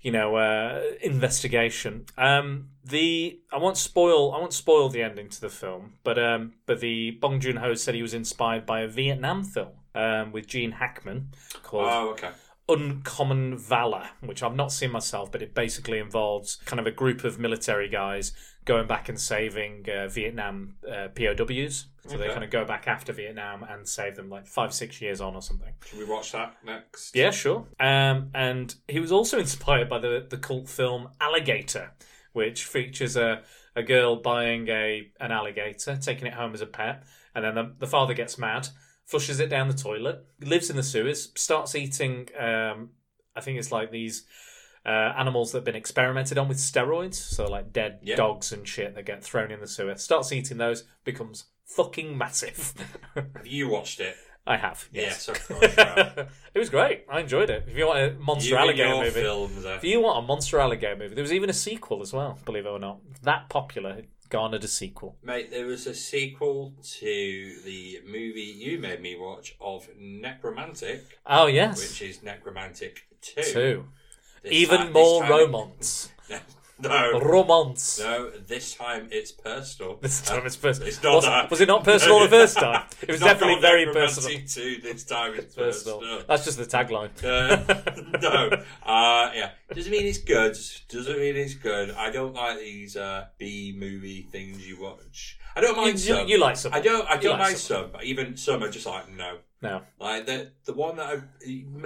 Speaker 5: you know uh, investigation. Um, the I won't spoil I won't spoil the ending to the film, but um, but the Bong Joon Ho said he was inspired by a Vietnam film um, with Gene Hackman called
Speaker 6: Oh, okay.
Speaker 5: Uncommon Valor, which I've not seen myself, but it basically involves kind of a group of military guys going back and saving uh, Vietnam uh, POWs. So they
Speaker 6: Okay.
Speaker 5: kind of go back after Vietnam and save them like five, six years on or something.
Speaker 6: Should we watch that next?
Speaker 5: Yeah, sure. Um, and he was also inspired by the, the cult film Alligator, which features a, a girl buying a an alligator, taking it home as a pet, and then the, the father gets mad, flushes it down the toilet, lives in the sewers, starts eating, um, I think it's like these uh, animals that have been experimented on with steroids, so like dead
Speaker 6: Yeah.
Speaker 5: dogs and shit that get thrown in the sewer, starts eating those, becomes fucking massive. [laughs]
Speaker 6: Have you watched it?
Speaker 5: I have.
Speaker 6: Yes,
Speaker 5: Yes.
Speaker 6: of course, right.
Speaker 5: [laughs] it was great. I enjoyed it. If you want a monster
Speaker 6: you and
Speaker 5: alligator
Speaker 6: your
Speaker 5: movie,
Speaker 6: films. eh?
Speaker 5: if you want a monster alligator movie, there was even a sequel as well. Believe it or not, that popular it garnered a sequel.
Speaker 6: Mate, there was a sequel to the movie you made me watch of Necromantic,
Speaker 5: Oh yes,
Speaker 6: which is Necromantic 2.
Speaker 5: two.
Speaker 6: This
Speaker 5: even
Speaker 6: ti- this
Speaker 5: more
Speaker 6: time-
Speaker 5: romance.
Speaker 6: [laughs] No.
Speaker 5: Romance.
Speaker 6: No, this time it's personal.
Speaker 5: [laughs] This
Speaker 6: Uh,
Speaker 5: time it's personal.
Speaker 6: [laughs] It's not
Speaker 5: was,
Speaker 6: that.
Speaker 5: was it not personal
Speaker 6: No.
Speaker 5: the first
Speaker 6: [laughs]
Speaker 5: time? It was
Speaker 6: Not
Speaker 5: definitely
Speaker 6: called
Speaker 5: very
Speaker 6: Necromantic
Speaker 5: personal.
Speaker 6: 2, this time it's
Speaker 5: Personal.
Speaker 6: personal.
Speaker 5: That's just the tagline.
Speaker 6: Uh, [laughs] no, uh, yeah. Doesn't mean it's good. Doesn't mean it's good. I don't like these uh, B movie things you watch. I don't mind
Speaker 5: you-
Speaker 6: some.
Speaker 5: you like some.
Speaker 6: I don't. I
Speaker 5: You
Speaker 6: don't
Speaker 5: like
Speaker 6: mind some. Even some are just like no.
Speaker 5: No,
Speaker 6: Like the the one that I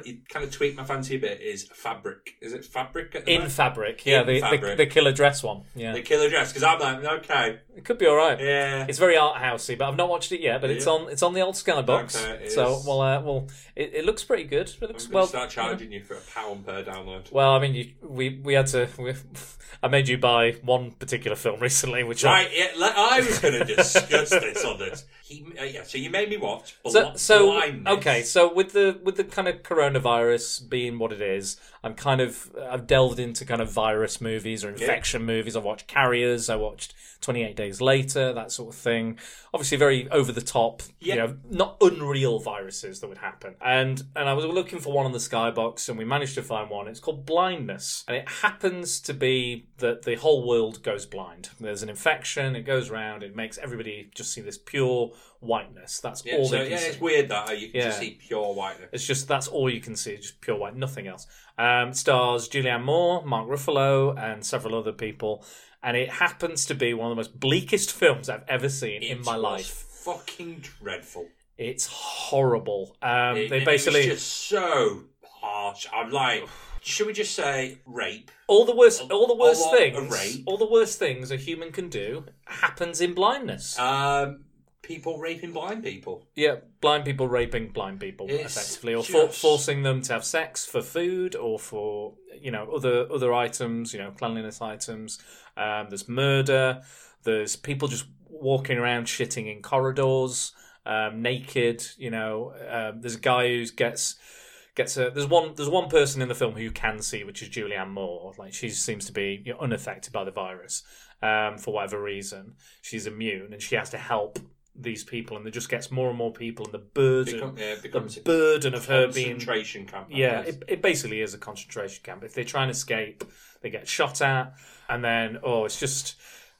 Speaker 6: it kind of tweaked my fancy a bit is fabric. Is it fabric? At the
Speaker 5: in
Speaker 6: moment?
Speaker 5: fabric. Yeah,
Speaker 6: In
Speaker 5: the, The,
Speaker 6: Fabric.
Speaker 5: the killer dress one. Yeah,
Speaker 6: the killer dress. Because I'm like okay,
Speaker 5: it could be all right.
Speaker 6: yeah.
Speaker 5: It's very art housey, but I've not watched it yet. But it's
Speaker 6: Yeah.
Speaker 5: on it's on the old Skybox.
Speaker 6: Okay, it
Speaker 5: so
Speaker 6: is.
Speaker 5: well, uh, well, it, it looks pretty good. It
Speaker 6: I'm
Speaker 5: looks
Speaker 6: gonna
Speaker 5: well.
Speaker 6: start charging you for a pound per download.
Speaker 5: Well, I mean, you, we we had to. We, [laughs] I made you buy one particular film [laughs] recently, which
Speaker 6: Right, yeah, le- I was going to discuss this on this. He, uh, yeah, so you made me watch.
Speaker 5: I,
Speaker 6: Bl-
Speaker 5: so so
Speaker 6: Blindness.
Speaker 5: okay. So with the with the kind of coronavirus being what it is, I'm kind of I've delved into kind of virus movies or infection movies. I watched Carriers. I watched 28 Days Later, that sort of thing. Obviously, very over the top.
Speaker 6: Yeah.
Speaker 5: You know, not unreal viruses that would happen. And and I was looking for one on the skybox and we managed to find one. It's called blindness. And it happens to be that the whole world goes blind. There's an infection, it goes round, it makes everybody just see this pure whiteness. That's
Speaker 6: Yeah,
Speaker 5: all
Speaker 6: so,
Speaker 5: they can
Speaker 6: yeah,
Speaker 5: see.
Speaker 6: it's weird that uh, you can just
Speaker 5: Yeah.
Speaker 6: see pure whiteness.
Speaker 5: It's just that's all you can see, just pure white, nothing else. Um, it stars Julianne Moore, Mark Ruffalo, and several other people. And it happens to be one of the most bleakest films I've ever seen in
Speaker 6: It
Speaker 5: my
Speaker 6: was
Speaker 5: life.
Speaker 6: fucking dreadful.
Speaker 5: It's horrible. Um,
Speaker 6: It-
Speaker 5: they
Speaker 6: it-
Speaker 5: basically
Speaker 6: it was just so harsh. I'm like, should we just say rape?
Speaker 5: all the worst,
Speaker 6: a-
Speaker 5: all the
Speaker 6: a
Speaker 5: worst
Speaker 6: lot of
Speaker 5: things,
Speaker 6: rape.
Speaker 5: all the worst things a human can do happens in blindness.
Speaker 6: Um, people raping blind people.
Speaker 5: yeah, blind people raping blind people
Speaker 6: It's
Speaker 5: effectively, or for,
Speaker 6: just-
Speaker 5: forcing them to have sex for food or for you know other other items, you know cleanliness items. Um, there's murder. There's people just walking around shitting in corridors, um, naked. You know, um, there's a guy who gets gets a there's one there's one person in the film who you can see which is Julianne Moore like she seems to be you know, unaffected by the virus um, for whatever reason she's immune and she has to help these people and there just gets more and more people and the burden
Speaker 6: Become, yeah, becomes
Speaker 5: the
Speaker 6: a
Speaker 5: burden of her being
Speaker 6: concentration camp. I
Speaker 5: yeah
Speaker 6: guess.
Speaker 5: it, it basically is a concentration camp if they try and escape they get shot at and then oh it's just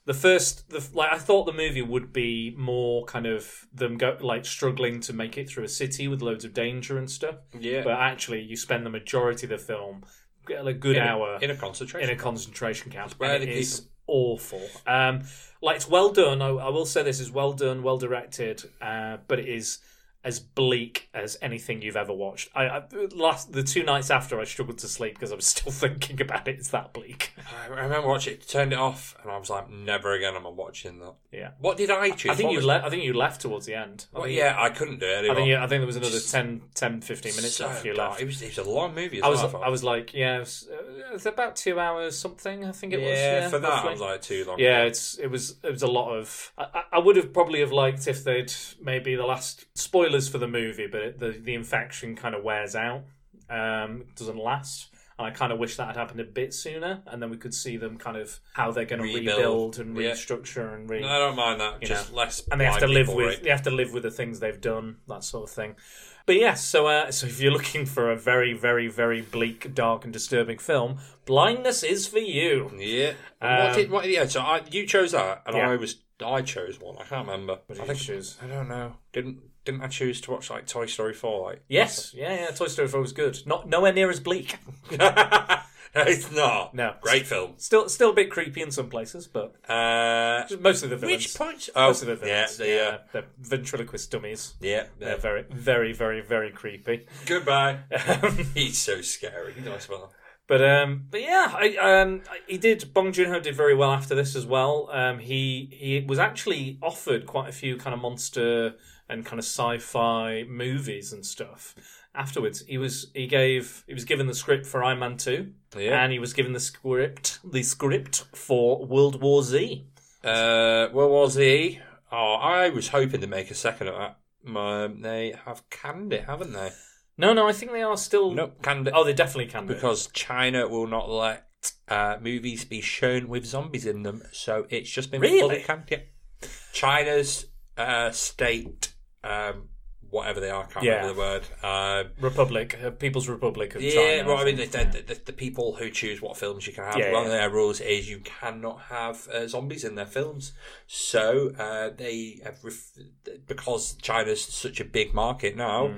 Speaker 5: the first the like i thought the movie would be more kind of them go like struggling to make it through a city with loads of danger and stuff
Speaker 6: yeah.
Speaker 5: but actually you spend the majority of the film get a good
Speaker 6: in a-
Speaker 5: hour
Speaker 6: in a
Speaker 5: in
Speaker 6: concentration.
Speaker 5: a concentration camp
Speaker 6: where
Speaker 5: and
Speaker 6: they
Speaker 5: it
Speaker 6: keep
Speaker 5: is
Speaker 6: 'em.
Speaker 5: awful um like it's well done I, I will say this is well done well directed uh but it is as bleak as anything you've ever watched i, I last the two nights after i struggled to sleep because i was [laughs] still thinking about it it's that bleak [laughs]
Speaker 6: I remember watching it, turned it off, and I was like, never again am I watching that.
Speaker 5: Yeah.
Speaker 6: What did I choose?
Speaker 5: i think
Speaker 6: What
Speaker 5: you
Speaker 6: was-
Speaker 5: left i think you left towards the end I
Speaker 6: Well,
Speaker 5: think-
Speaker 6: yeah, I couldn't do it anymore.
Speaker 5: i think you, i think there was another
Speaker 6: Just
Speaker 5: 10 10 15 minutes after you
Speaker 6: dark.
Speaker 5: left
Speaker 6: It was, it was a long movie. As
Speaker 5: I was,
Speaker 6: well, thought.
Speaker 5: I was like, yeah, it was, uh, it's about two hours something. I think
Speaker 6: yeah,
Speaker 5: it was. Yeah,
Speaker 6: for that
Speaker 5: roughly.
Speaker 6: I was like too long.
Speaker 5: Yeah, it's it was it was a lot of. I, I- I would have probably have liked if they'd maybe the last spoilers for the movie, but it, the the infection kind of wears out, um, doesn't last, And I kind of wish that had happened a bit sooner, and then we could see them kind of how they're going to
Speaker 6: Rebuild.
Speaker 5: rebuild and
Speaker 6: Yeah.
Speaker 5: restructure and re.
Speaker 6: No, I don't mind that.
Speaker 5: You
Speaker 6: Just less.
Speaker 5: and they have
Speaker 6: blind
Speaker 5: to live
Speaker 6: people,
Speaker 5: with
Speaker 6: right?
Speaker 5: they have to live with the things they've done, that sort of thing. But yes, so uh, so if you're looking for a very, very, very bleak, dark, and disturbing film, blindness is for you.
Speaker 6: Yeah. what did, what, yeah. So I, you chose that, and
Speaker 5: Um, Yeah.
Speaker 6: I was I chose one. I can't remember.
Speaker 5: What
Speaker 6: I
Speaker 5: did you
Speaker 6: think-
Speaker 5: choose?
Speaker 6: I don't know. Didn't didn't I choose to watch like Toy Story four? Like [laughs]
Speaker 5: Yes, yeah, yeah. Toy Story Four was good. Not nowhere near as bleak. [laughs]
Speaker 6: no, it's not.
Speaker 5: No.
Speaker 6: Great film.
Speaker 5: Still, still a bit creepy in some places, but
Speaker 6: Uh,
Speaker 5: mostly the villains.
Speaker 6: which punch? Oh,
Speaker 5: Most of the
Speaker 6: yeah,
Speaker 5: villains.
Speaker 6: the, yeah,
Speaker 5: they're ventriloquist dummies.
Speaker 6: yeah, yeah.
Speaker 5: They're very, very, very, very creepy. [laughs]
Speaker 6: Goodbye. He's so scary. He's nice well.
Speaker 5: But um, but yeah, I, um, I- he did. Bong Joon Ho did very well after this as well. Um, he he was actually offered quite a few kind of monster and kind of sci-fi movies and stuff. Afterwards, he was he gave he was given the script for Iron Man Two,
Speaker 6: Yeah.
Speaker 5: and he was given the script the script for World War Z.
Speaker 6: Uh, where was he? Oh, I was hoping to make a second of that. My, they have canned it, haven't they?
Speaker 5: No, no, I think they are still.
Speaker 6: Nope, canned it.
Speaker 5: Oh, they definitely can do.
Speaker 6: because China will not let uh, movies be shown with zombies in them. So it's just been
Speaker 5: Really?
Speaker 6: fully canned. Yeah. China's uh, state, um, whatever they are, can't
Speaker 5: Yeah.
Speaker 6: remember the word. Um,
Speaker 5: Republic, uh, People's Republic of China.
Speaker 6: yeah, well, I mean,
Speaker 5: think.
Speaker 6: the, the, the, the people who choose what films you can have,
Speaker 5: Yeah,
Speaker 6: one of
Speaker 5: yeah.
Speaker 6: their rules is you cannot have uh, zombies in their films. So uh, they have, ref- because China's such a big market now.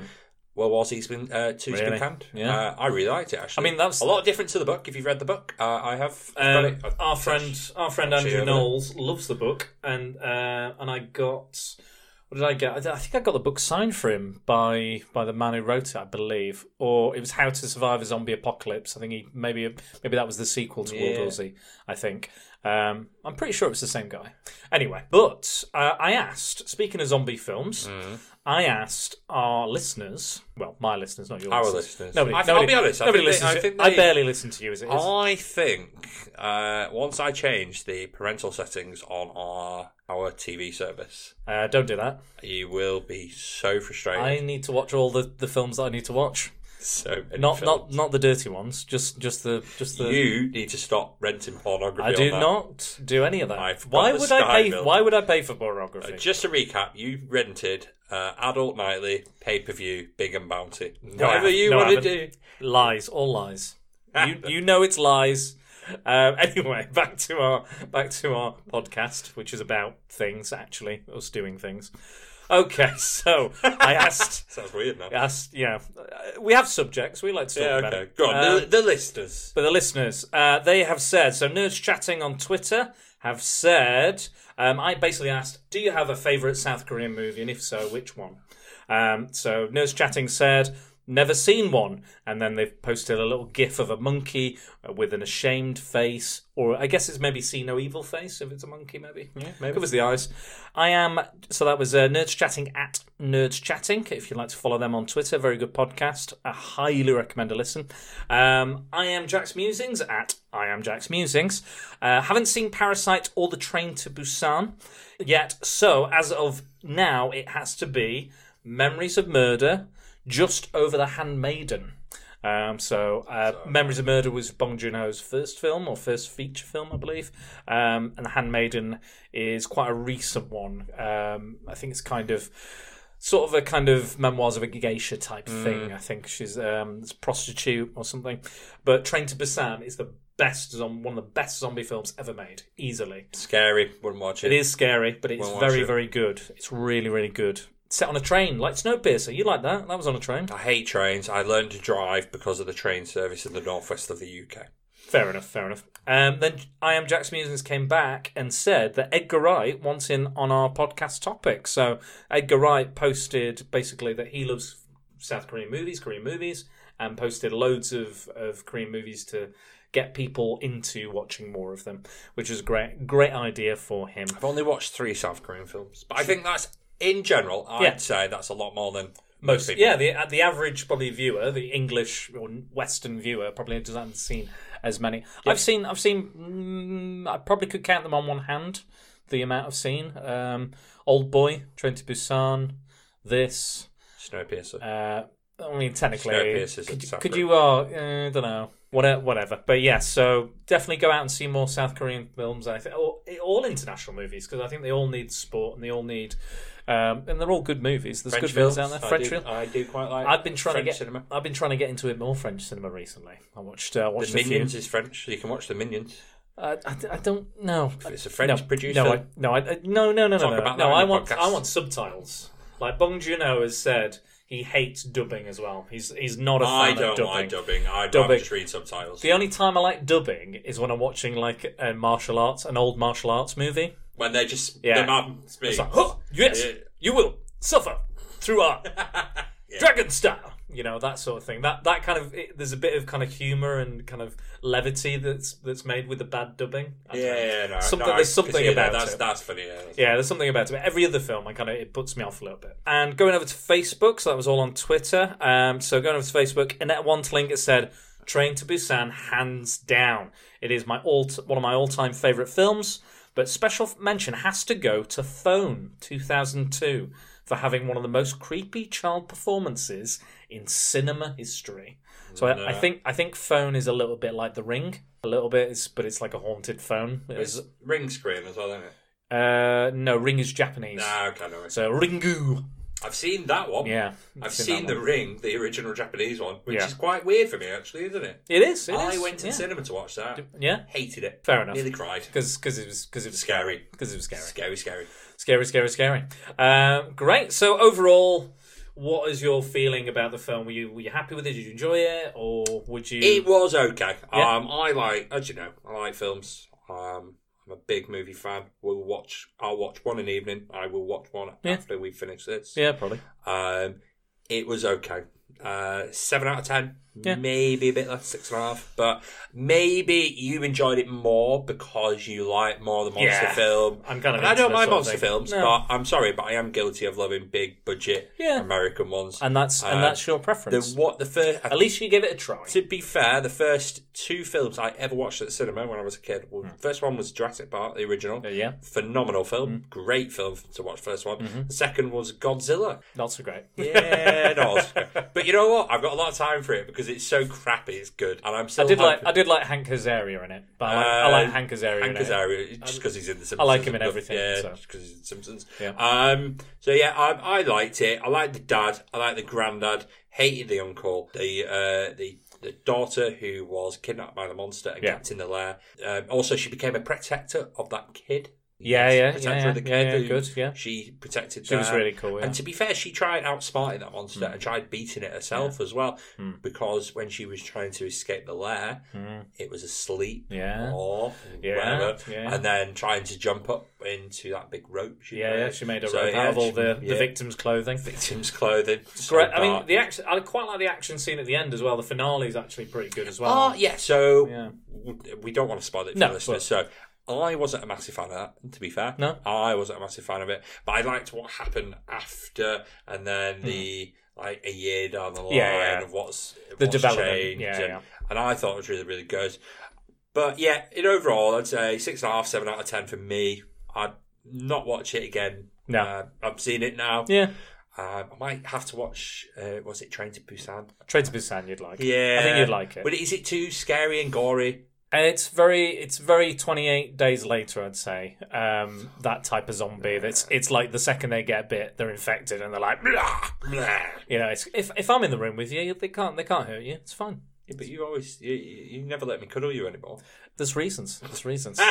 Speaker 6: Well, was he's been uh, two's been
Speaker 5: Hmm. Really?
Speaker 6: canned.
Speaker 5: Yeah.
Speaker 6: uh, I really liked it. Actually,
Speaker 5: I mean, that's-
Speaker 6: a lot different to the book. If you've read the book, uh, I have. I've got
Speaker 5: Um,
Speaker 6: it. I've-
Speaker 5: our friend, our friend
Speaker 6: actually
Speaker 5: Andrew
Speaker 6: over there.
Speaker 5: Knowles loves the book, and uh, and I got what did I get? I th- I think I got the book signed for him by by the man who wrote it, I believe, or it was How to Survive a Zombie Apocalypse. I think he maybe maybe that was the sequel to World War Z. I think um, I'm pretty sure it was the same guy. Anyway, but uh, I asked. Speaking of zombie films,
Speaker 6: Mm.
Speaker 5: I asked our listeners. Well, my listeners, not your
Speaker 6: Our
Speaker 5: listeners.
Speaker 6: listeners.
Speaker 5: Nobody,
Speaker 6: I th- I'll
Speaker 5: nobody,
Speaker 6: be honest, I
Speaker 5: Nobody
Speaker 6: think they-
Speaker 5: listens.
Speaker 6: I
Speaker 5: to-
Speaker 6: think
Speaker 5: I
Speaker 6: they- Oh.
Speaker 5: barely listen to you as it is.
Speaker 6: I think uh, once I changed the parental settings on our our TV service,
Speaker 5: Uh, don't do that.
Speaker 6: you will be so frustrated.
Speaker 5: I need to watch all the, the films that I need to watch.
Speaker 6: so many
Speaker 5: Not
Speaker 6: films.
Speaker 5: not not the dirty ones. Just just the just the.
Speaker 6: you need to stop renting pornography.
Speaker 5: Mm. I do
Speaker 6: on that.
Speaker 5: not do any of that.
Speaker 6: I've got
Speaker 5: why
Speaker 6: the
Speaker 5: would
Speaker 6: Sky
Speaker 5: I pay?
Speaker 6: bill. Uh,
Speaker 5: Why would I pay for pornography?
Speaker 6: Just to recap, you rented uh, Adult Nightly, Pay Per View, Big and Bounty.
Speaker 5: I
Speaker 6: Whatever
Speaker 5: haven't.
Speaker 6: you
Speaker 5: No, I
Speaker 6: want to do.
Speaker 5: haven't. lies, all lies. you you know it's lies. Um, [laughs] anyway, back to our back to our podcast, which is about things actually, us doing things. Okay, [laughs] so I asked
Speaker 6: Sounds weird now. Yeah,
Speaker 5: asked yeah, uh, we have subjects we like to talk about.
Speaker 6: okay.
Speaker 5: it.
Speaker 6: Go on.
Speaker 5: Um,
Speaker 6: the, the listeners.
Speaker 5: But the listeners, uh, they have said, so nerds chatting on Twitter have said, um, I basically asked, do you have a favourite South Korean movie? And if so, which one? Um, so nerds chatting said, never seen one. And then they've posted a little gif of a monkey uh, with an ashamed face, or I guess it's maybe see no evil face if it's a monkey, maybe. Yeah, maybe. Covers the eyes. I am, so that was uh, nerds chatting at nerds chatting. If you'd like to follow them on Twitter, very good podcast. I highly recommend a listen. Um, I am Jack's Musings at I am Jack's Musings. Uh, haven't seen Parasite or The Train to Busan yet, so as of now, it has to be Memories of Murder, Just Over the Handmaiden. Um, so, uh, Memories of Murder was Bong Joon Ho's first film or first feature film, I believe. Um, and The Handmaiden is quite a recent one. Um, I think it's kind of sort of a kind of memoirs of a geisha type thing. I think she's um, a prostitute or something. But Train to Busan is the best zom- one of the best zombie films ever made, easily.
Speaker 6: Scary. Wouldn't watch it.
Speaker 5: It is scary, but it's
Speaker 6: Won't watch
Speaker 5: very
Speaker 6: it.
Speaker 5: very good. It's really really good. Set on a train, like Snowpiercer. You like that? That was on a train.
Speaker 6: I hate trains. I learned to drive because of the train service in the northwest of the UK.
Speaker 5: Fair enough, fair enough. Um, then I am Jack's Musings came back and said that Edgar Wright wants in on our podcast topic. So Edgar Wright posted basically that he loves South Korean movies, Korean movies, and posted loads of, of Korean movies to get people into watching more of them, which is a great great idea for him.
Speaker 6: I've only watched three South Korean films, but I think that's in general. I'd
Speaker 5: Yeah.
Speaker 6: say that's a lot more than most,
Speaker 5: Most,
Speaker 6: people.
Speaker 5: yeah, the uh, the average probably viewer, the English or Western viewer, probably hasn't seen as many. I've seen, I've seen, mm, I probably could count them on one hand. The amount I've seen, um, Old Boy, Train to Busan, this,
Speaker 6: Snowpiercer.
Speaker 5: uh, I mean, technically,
Speaker 6: Staircase is
Speaker 5: could, you-
Speaker 6: separate.
Speaker 5: could you? Uh, I don't know. Whatever, whatever. But yeah, so definitely go out and see more South Korean films. I think all, eh, all international movies because I think they all need sport and they all need, um, and they're all good movies. There's good films out there. French
Speaker 6: I do,
Speaker 5: film.
Speaker 6: I do quite like.
Speaker 5: I've been trying
Speaker 6: French
Speaker 5: to get.
Speaker 6: cinema.
Speaker 5: I've been trying to get into it more French cinema recently. I watched. Uh, watched
Speaker 6: The
Speaker 5: a few-
Speaker 6: Minions is French, so you can watch the Minions.
Speaker 5: I, I, I don't know.
Speaker 6: It's a
Speaker 5: No,
Speaker 6: French producer.
Speaker 5: No, I, no, I, uh, no, no, no, no,
Speaker 6: Talk
Speaker 5: no.
Speaker 6: about
Speaker 5: no
Speaker 6: that on
Speaker 5: I
Speaker 6: the
Speaker 5: want,
Speaker 6: podcast.
Speaker 5: I want subtitles. Like Bong Joon-ho has said, he hates dubbing as well. He's he's not a fan
Speaker 6: I
Speaker 5: of
Speaker 6: don't
Speaker 5: dubbing.
Speaker 6: like dubbing. I
Speaker 5: Dubbing.
Speaker 6: dubbing. just read subtitles.
Speaker 5: The only time I like dubbing is when I'm watching like a martial arts, an old martial arts movie.
Speaker 6: when they're just
Speaker 5: Yeah.
Speaker 6: yeah. mum speak.
Speaker 5: It's like, huh, yes,
Speaker 6: Yeah.
Speaker 5: you will suffer through
Speaker 6: [laughs]
Speaker 5: our dragon style. You know that sort of thing. That that kind of it, there's a bit of kind of humor and kind of levity that's that's made with the bad dubbing. I don't
Speaker 6: Yeah,
Speaker 5: know.
Speaker 6: yeah, no,
Speaker 5: Something-
Speaker 6: no, I
Speaker 5: there's something
Speaker 6: can see that.
Speaker 5: about
Speaker 6: that's,
Speaker 5: it.
Speaker 6: That's funny. Yeah, that's-
Speaker 5: Yeah, there's something about it. But every other film, I kind of it puts me off a little bit. And going over to Facebook, so that was all on Twitter. Um, so going over to Facebook, Annette Wantling has said, "Train to Busan, hands down, it is my all one of my all time favorite films." But special mention has to go to Phone 2002 for having one of the most creepy child performances in cinema history. So I, I think I think Phone is a little bit like The Ring, a little bit, it's, but it's like a haunted phone. It was,
Speaker 6: Ring screen as well, isn't it?
Speaker 5: uh, no, Ring is Japanese.
Speaker 6: Nah, okay, no. worries.
Speaker 5: So Ringu.
Speaker 6: I've seen that one.
Speaker 5: Yeah.
Speaker 6: I've seen
Speaker 5: that
Speaker 6: The
Speaker 5: one.
Speaker 6: Ring, the original Japanese one, which
Speaker 5: Yeah.
Speaker 6: is quite weird for me, actually, isn't it?
Speaker 5: It is. it
Speaker 6: I
Speaker 5: is,
Speaker 6: went to
Speaker 5: yeah.
Speaker 6: cinema to watch that.
Speaker 5: Yeah.
Speaker 6: Hated it.
Speaker 5: Fair enough.
Speaker 6: Nearly cried.
Speaker 5: Because it was because it was scary
Speaker 6: Scary.
Speaker 5: because it was scary
Speaker 6: Scary, scary.
Speaker 5: scary scary scary. Um, great. So overall, what is your feeling about the film? Were you were you happy with it? Did you enjoy it, or would you?
Speaker 6: It was okay.
Speaker 5: Yeah.
Speaker 6: Um, I like, as you know, I like films. Um, I'm a big movie fan. We'll watch. I'll watch one an evening. I will watch one
Speaker 5: Yeah.
Speaker 6: after we finish this.
Speaker 5: yeah, probably.
Speaker 6: Um, it was okay. Uh, seven out of ten.
Speaker 5: Yeah.
Speaker 6: Maybe a bit less, six and a half. But maybe you enjoyed it more because you like more the monster
Speaker 5: Yeah.
Speaker 6: film.
Speaker 5: I'm kind of
Speaker 6: And I
Speaker 5: into
Speaker 6: don't
Speaker 5: that
Speaker 6: mind
Speaker 5: sort of
Speaker 6: monster
Speaker 5: thing.
Speaker 6: films,
Speaker 5: No.
Speaker 6: but I'm sorry, but I am guilty of loving big budget
Speaker 5: Yeah.
Speaker 6: American ones.
Speaker 5: And that's and
Speaker 6: Uh,
Speaker 5: that's your
Speaker 6: the
Speaker 5: preference.
Speaker 6: what the first
Speaker 5: At least you give it a try.
Speaker 6: to be fair, the first two films I ever watched at the cinema when I was a kid, well, the first one was Jurassic Park, the original.
Speaker 5: Hmm. Uh, yeah. Hmm. Mm-hmm.
Speaker 6: Phenomenal film. Great film to watch, first one. The second was
Speaker 5: [laughs]
Speaker 6: Godzilla.
Speaker 5: Not so great.
Speaker 6: Yeah, no, it's great. But you know what? I've got a lot of time for it because it's so crappy, it's good. And I'm
Speaker 5: I
Speaker 6: still
Speaker 5: did like
Speaker 6: hoping-
Speaker 5: I did like Hank Azaria in it, but I like, I like
Speaker 6: Uh,
Speaker 5: Hank Azaria.
Speaker 6: Hank
Speaker 5: in it. Um,
Speaker 6: Azaria, just because he's in the Simpsons.
Speaker 5: like him in
Speaker 6: and stuff.
Speaker 5: everything,
Speaker 6: Yeah,
Speaker 5: so.
Speaker 6: just because he's in Simpsons.
Speaker 5: Yeah.
Speaker 6: Um. So yeah, I, I liked it. I liked the dad. I liked the granddad. Hated the uncle. The uh the. The daughter who was kidnapped by the monster and
Speaker 5: Yeah.
Speaker 6: kept in the lair. Um, also, she became a protector of that kid.
Speaker 5: Yeah, yeah,
Speaker 6: Protector
Speaker 5: yeah, yeah,
Speaker 6: of the kid
Speaker 5: yeah, yeah,
Speaker 6: who
Speaker 5: good, yeah.
Speaker 6: She protected.
Speaker 5: She was
Speaker 6: that.
Speaker 5: really cool, yeah.
Speaker 6: And to be fair, she tried outsmarting that monster
Speaker 5: Hmm.
Speaker 6: and tried beating it herself as well. Because when she was trying to escape the lair, it was asleep
Speaker 5: Hmm. Yeah.
Speaker 6: or
Speaker 5: Yeah,
Speaker 6: whatever,
Speaker 5: yeah.
Speaker 6: and then trying to jump up into that big rope. She
Speaker 5: Yeah,
Speaker 6: made.
Speaker 5: yeah, she made a
Speaker 6: So,
Speaker 5: rope
Speaker 6: yeah,
Speaker 5: out of all
Speaker 6: she-
Speaker 5: the,
Speaker 6: yeah.
Speaker 5: the victims' clothing.
Speaker 6: victims' clothing. So
Speaker 5: Great. I mean,
Speaker 6: dark.
Speaker 5: the action. I quite like the action scene at the end as well. The finale is actually pretty good as well.
Speaker 6: Oh, yeah. So
Speaker 5: Yeah.
Speaker 6: w we don't want to spoil it for
Speaker 5: No,
Speaker 6: the listeners. So I wasn't a massive fan of that, to be fair.
Speaker 5: No.
Speaker 6: I wasn't a massive fan of it, but I liked what happened after, and then the like a year down the line
Speaker 5: Hmm. Yeah, yeah.
Speaker 6: of what's
Speaker 5: The
Speaker 6: what's
Speaker 5: development.
Speaker 6: changed,
Speaker 5: Yeah,
Speaker 6: and,
Speaker 5: yeah.
Speaker 6: and I thought it was really really good. But yeah, in overall, I'd say six and a half, seven out of ten for me. I'd not watch it again.
Speaker 5: No.
Speaker 6: uh, I've seen it now.
Speaker 5: Yeah.
Speaker 6: Um, I might have to watch. Uh, was it Train to Busan?
Speaker 5: Trade to Busan, you'd like.
Speaker 6: Yeah,
Speaker 5: I think you'd like it.
Speaker 6: But is it too scary and gory?
Speaker 5: And it's very, it's very 28 days later, I'd say. Um, that type of zombie. That's it's like the second they get bit, they're infected, and they're like, "Blah."
Speaker 6: Blah.
Speaker 5: you know. It's, if if I'm in the room with you, they can't they can't hurt you. It's fine.
Speaker 6: Yeah, but you always you, you you never let me cuddle you anymore.
Speaker 5: There's reasons. There's
Speaker 6: [laughs]
Speaker 5: reasons.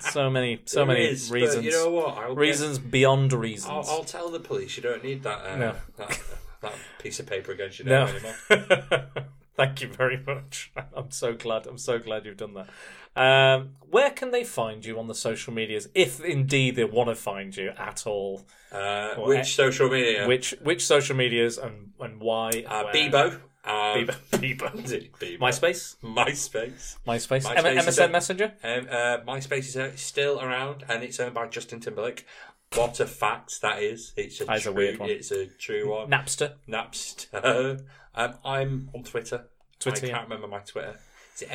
Speaker 5: so many, so
Speaker 6: There
Speaker 5: many
Speaker 6: is, but
Speaker 5: reasons.
Speaker 6: you know what? I'll get-
Speaker 5: reasons beyond reasons.
Speaker 6: I'll, I'll tell the police you don't need that uh,
Speaker 5: No.
Speaker 6: that, [laughs] that piece of paper against your
Speaker 5: No. [laughs]
Speaker 6: name anymore.
Speaker 5: Thank you very much. [laughs] I'm so glad. I'm so glad you've done that. Um, where can they find you on the social medias, if indeed they want to find you at all?
Speaker 6: Uh,
Speaker 5: Well,
Speaker 6: which
Speaker 5: eh,
Speaker 6: social media?
Speaker 5: Which which social medias and and why? and
Speaker 6: uh,
Speaker 5: where?
Speaker 6: Bebo. Uh,
Speaker 5: Bebo.
Speaker 6: [laughs]
Speaker 5: Bebo.
Speaker 6: Bebo.
Speaker 5: MySpace.
Speaker 6: MySpace.
Speaker 5: MySpace.
Speaker 6: MySpace
Speaker 5: M-
Speaker 6: is
Speaker 5: MSN
Speaker 6: a-
Speaker 5: Messenger.
Speaker 6: Um, uh, MySpace is uh, still around, and it's owned by Justin Timberlake. What a fact that is! It's a,
Speaker 5: That's a
Speaker 6: true,
Speaker 5: weird one.
Speaker 6: It's a true one.
Speaker 5: Napster.
Speaker 6: Napster. [laughs] Um, I'm on Twitter.
Speaker 5: Twitter,
Speaker 6: I
Speaker 5: yeah.
Speaker 6: can't remember my Twitter. Is it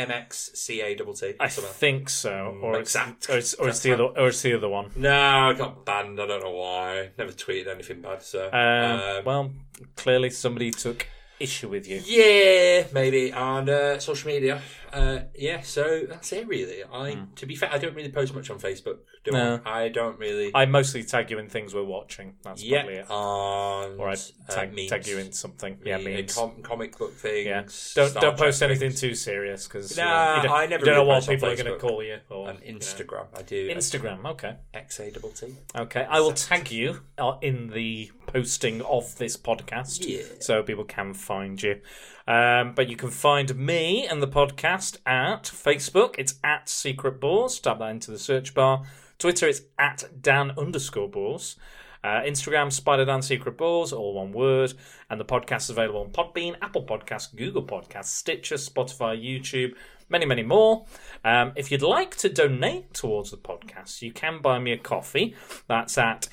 Speaker 6: MXCAWT?
Speaker 5: I think so, or it's,
Speaker 6: Mm, Exact.
Speaker 5: or it's or it's the other or it's the other one.
Speaker 6: No, I got banned. I don't know why. Never tweeted anything bad. So,
Speaker 5: Um,
Speaker 6: um,
Speaker 5: well, clearly somebody took issue with you.
Speaker 6: Yeah, maybe on uh, social media. Uh, yeah, so that's it really. I, to be fair, I don't really post much on Facebook. Do
Speaker 5: Hmm. No.
Speaker 6: I? I don't really.
Speaker 5: I mostly tag you in things we're watching. That's probably
Speaker 6: yeah,
Speaker 5: it.
Speaker 6: on
Speaker 5: Or I
Speaker 6: uh,
Speaker 5: tag,
Speaker 6: memes.
Speaker 5: tag you in something. Yeah,
Speaker 6: Me-
Speaker 5: memes.
Speaker 6: com- comic book things.
Speaker 5: yeah. Don't
Speaker 6: Star
Speaker 5: don't
Speaker 6: Trek
Speaker 5: post anything
Speaker 6: things,
Speaker 5: too serious because
Speaker 6: Nah,
Speaker 5: you don't,
Speaker 6: I
Speaker 5: you don't
Speaker 6: never
Speaker 5: know
Speaker 6: really
Speaker 5: what
Speaker 6: post on
Speaker 5: people are going to
Speaker 6: Facebook.
Speaker 5: call you or
Speaker 6: On
Speaker 5: you know.
Speaker 6: Instagram, I do
Speaker 5: Instagram. Okay.
Speaker 6: XA double T.
Speaker 5: Okay. I will tag you uh, in the posting of this podcast
Speaker 6: Yeah.
Speaker 5: so people can find you. Um, but you can find me and the podcast at Facebook. It's at Secret Boars. Type that into the search bar. Twitter, it's at Dan underscore Boars. Uh, Instagram, Spider Dan Secret Balls, all one word. And the podcast is available on Podbean, Apple Podcasts, Google Podcasts, Stitcher, Spotify, YouTube, many, many more. Um, if you'd like to donate towards the podcast, you can buy me a coffee. That's at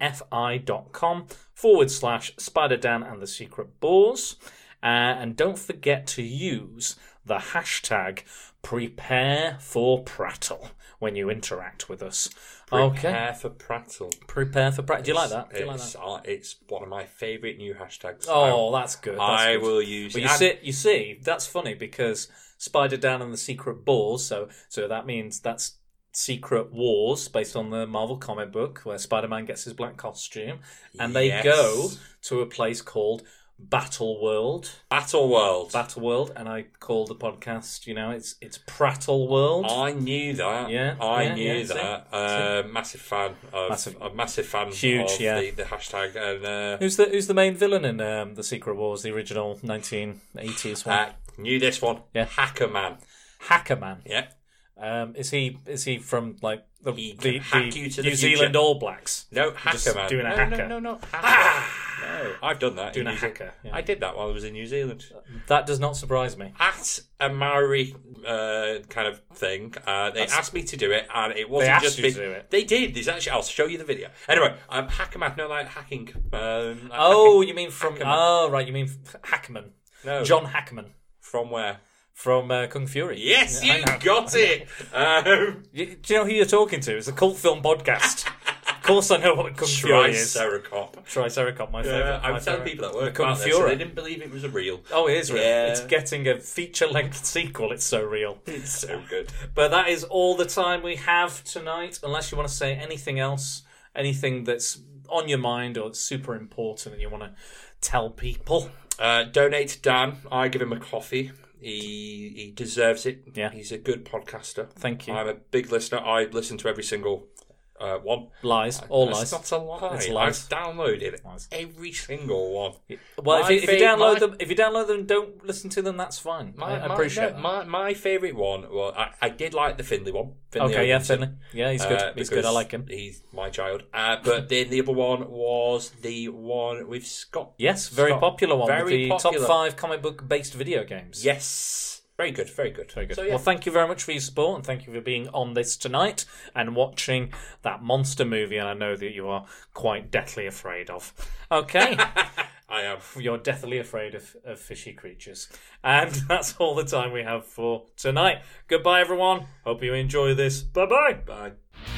Speaker 5: ko-fi.com forward slash Spider Dan and the Secret Balls. Uh, and don't forget to use the hashtag prepare for prattle when you interact with us. Okay.
Speaker 6: Prepare for prattle.
Speaker 5: Prepare for prattle. Do you like that? Do you like
Speaker 6: It's,
Speaker 5: that?
Speaker 6: uh, it's one of my favourite new hashtags. Um,
Speaker 5: Oh, that's good. that's
Speaker 6: I
Speaker 5: good.
Speaker 6: will use
Speaker 5: Well,
Speaker 6: it.
Speaker 5: you
Speaker 6: I'm-
Speaker 5: see, you see, that's funny because Spider Dan and the Secret Balls. So, so that means that's Secret Wars, based on the Marvel comic book, where Spider Man gets his black costume, and they
Speaker 6: Yes.
Speaker 5: go to a place called Battle World.
Speaker 6: Battle World.
Speaker 5: Battle World, and I call the podcast. You know, it's it's Prattle World.
Speaker 6: I knew that.
Speaker 5: Yeah,
Speaker 6: I
Speaker 5: yeah,
Speaker 6: knew
Speaker 5: yeah, see,
Speaker 6: that. Uh, massive fan of
Speaker 5: Massive-
Speaker 6: massive, a massive fan
Speaker 5: Huge,
Speaker 6: of
Speaker 5: yeah.
Speaker 6: the, the hashtag and uh,
Speaker 5: Who's the Who's the main villain in um, the Secret Wars, the original nineteen eighties
Speaker 6: uh,
Speaker 5: one?
Speaker 6: uh, knew this one.
Speaker 5: Yeah.
Speaker 6: Hacker man.
Speaker 5: Hacker Man.
Speaker 6: Yeah.
Speaker 5: Um, is he is he from like the
Speaker 6: He
Speaker 5: the, the
Speaker 6: can hack you to the
Speaker 5: New
Speaker 6: future.
Speaker 5: Zealand All Blacks?
Speaker 6: No, hacker
Speaker 5: Just
Speaker 6: man.
Speaker 5: doing a
Speaker 6: no,
Speaker 5: hacker. Ah!
Speaker 6: No, no, no. Hacker. No, I've done that.
Speaker 5: Doing a
Speaker 6: in New Ze-
Speaker 5: hacker, yeah.
Speaker 6: I did that while I was in New Zealand.
Speaker 5: That does not surprise me.
Speaker 6: At a Maori uh, kind of thing, uh, they asked me to do it, and it wasn't
Speaker 5: asked
Speaker 6: just
Speaker 5: you
Speaker 6: me.
Speaker 5: to do it?
Speaker 6: They did. There's actually. I'll show you the video. Anyway, um, hacker man. No, like hacking. Um, like
Speaker 5: Oh,
Speaker 6: hacking-
Speaker 5: you mean from?
Speaker 6: Hackerman.
Speaker 5: Oh, right. You mean f- Hackman?
Speaker 6: No.
Speaker 5: John Hackman
Speaker 6: from where?
Speaker 5: from uh, Kung Fury.
Speaker 6: Yes,
Speaker 5: Yeah, I
Speaker 6: you
Speaker 5: know. [laughs]
Speaker 6: got it. Um,
Speaker 5: Y- Do you know who you're talking to? It's a cult film
Speaker 6: [laughs]
Speaker 5: podcast. of course, I know what Kung Fury is.
Speaker 6: Triceracop.
Speaker 5: Triceracop, my favorite.
Speaker 6: Yeah, Uh, I was telling people that work
Speaker 5: Kung
Speaker 6: about this,
Speaker 5: Fury.
Speaker 6: and they didn't believe it was a real.
Speaker 5: Oh, it is real.
Speaker 6: Yeah. Hmm.
Speaker 5: It's getting a feature-length sequel. It's so real.
Speaker 6: [laughs] It's so good.
Speaker 5: But that is all the time we have tonight, unless you want to say anything else, anything that's on your mind or it's super important and you want to tell people.
Speaker 6: Uh, donate to Dan. I give him a coffee. He he deserves it.
Speaker 5: Yeah.
Speaker 6: he's a good podcaster.
Speaker 5: Thank you.
Speaker 6: I'm a big listener. I listen to every single uh, one.
Speaker 5: Lies, all lies.
Speaker 6: That's not a lie.
Speaker 5: It's lies.
Speaker 6: I've downloaded
Speaker 5: Lies.
Speaker 6: every single one.
Speaker 5: Well, if
Speaker 6: My
Speaker 5: you, if you
Speaker 6: fa-
Speaker 5: download
Speaker 6: my-
Speaker 5: them, if you download them, and don't listen to them. That's fine.
Speaker 6: My,
Speaker 5: I, I
Speaker 6: my-
Speaker 5: appreciate
Speaker 6: no,
Speaker 5: that.
Speaker 6: my my favorite one. Well, I, I did like the Finley one. Finley
Speaker 5: okay, yeah,
Speaker 6: Atkinson.
Speaker 5: Finley. Yeah, he's good.
Speaker 6: Uh,
Speaker 5: he's good. I
Speaker 6: because
Speaker 5: like him.
Speaker 6: He's my child. Uh, but then the other one was the one with Scott.
Speaker 5: Yes, very
Speaker 6: Scott.
Speaker 5: popular one. with
Speaker 6: Very
Speaker 5: the
Speaker 6: popular.
Speaker 5: top five comic book based video games.
Speaker 6: Yes. Very good. Very good. Very
Speaker 5: Good.
Speaker 6: So, yeah.
Speaker 5: Well, thank you very much for your support and thank you for being on this tonight and watching that monster movie. And I know that you are quite deathly afraid of.
Speaker 6: [laughs]
Speaker 5: Okay.
Speaker 6: I am.
Speaker 5: You're deathly afraid of, of fishy creatures. And [laughs] that's all the time we have for tonight. Goodbye, everyone. Hope you enjoy this. Bye bye.
Speaker 6: Bye.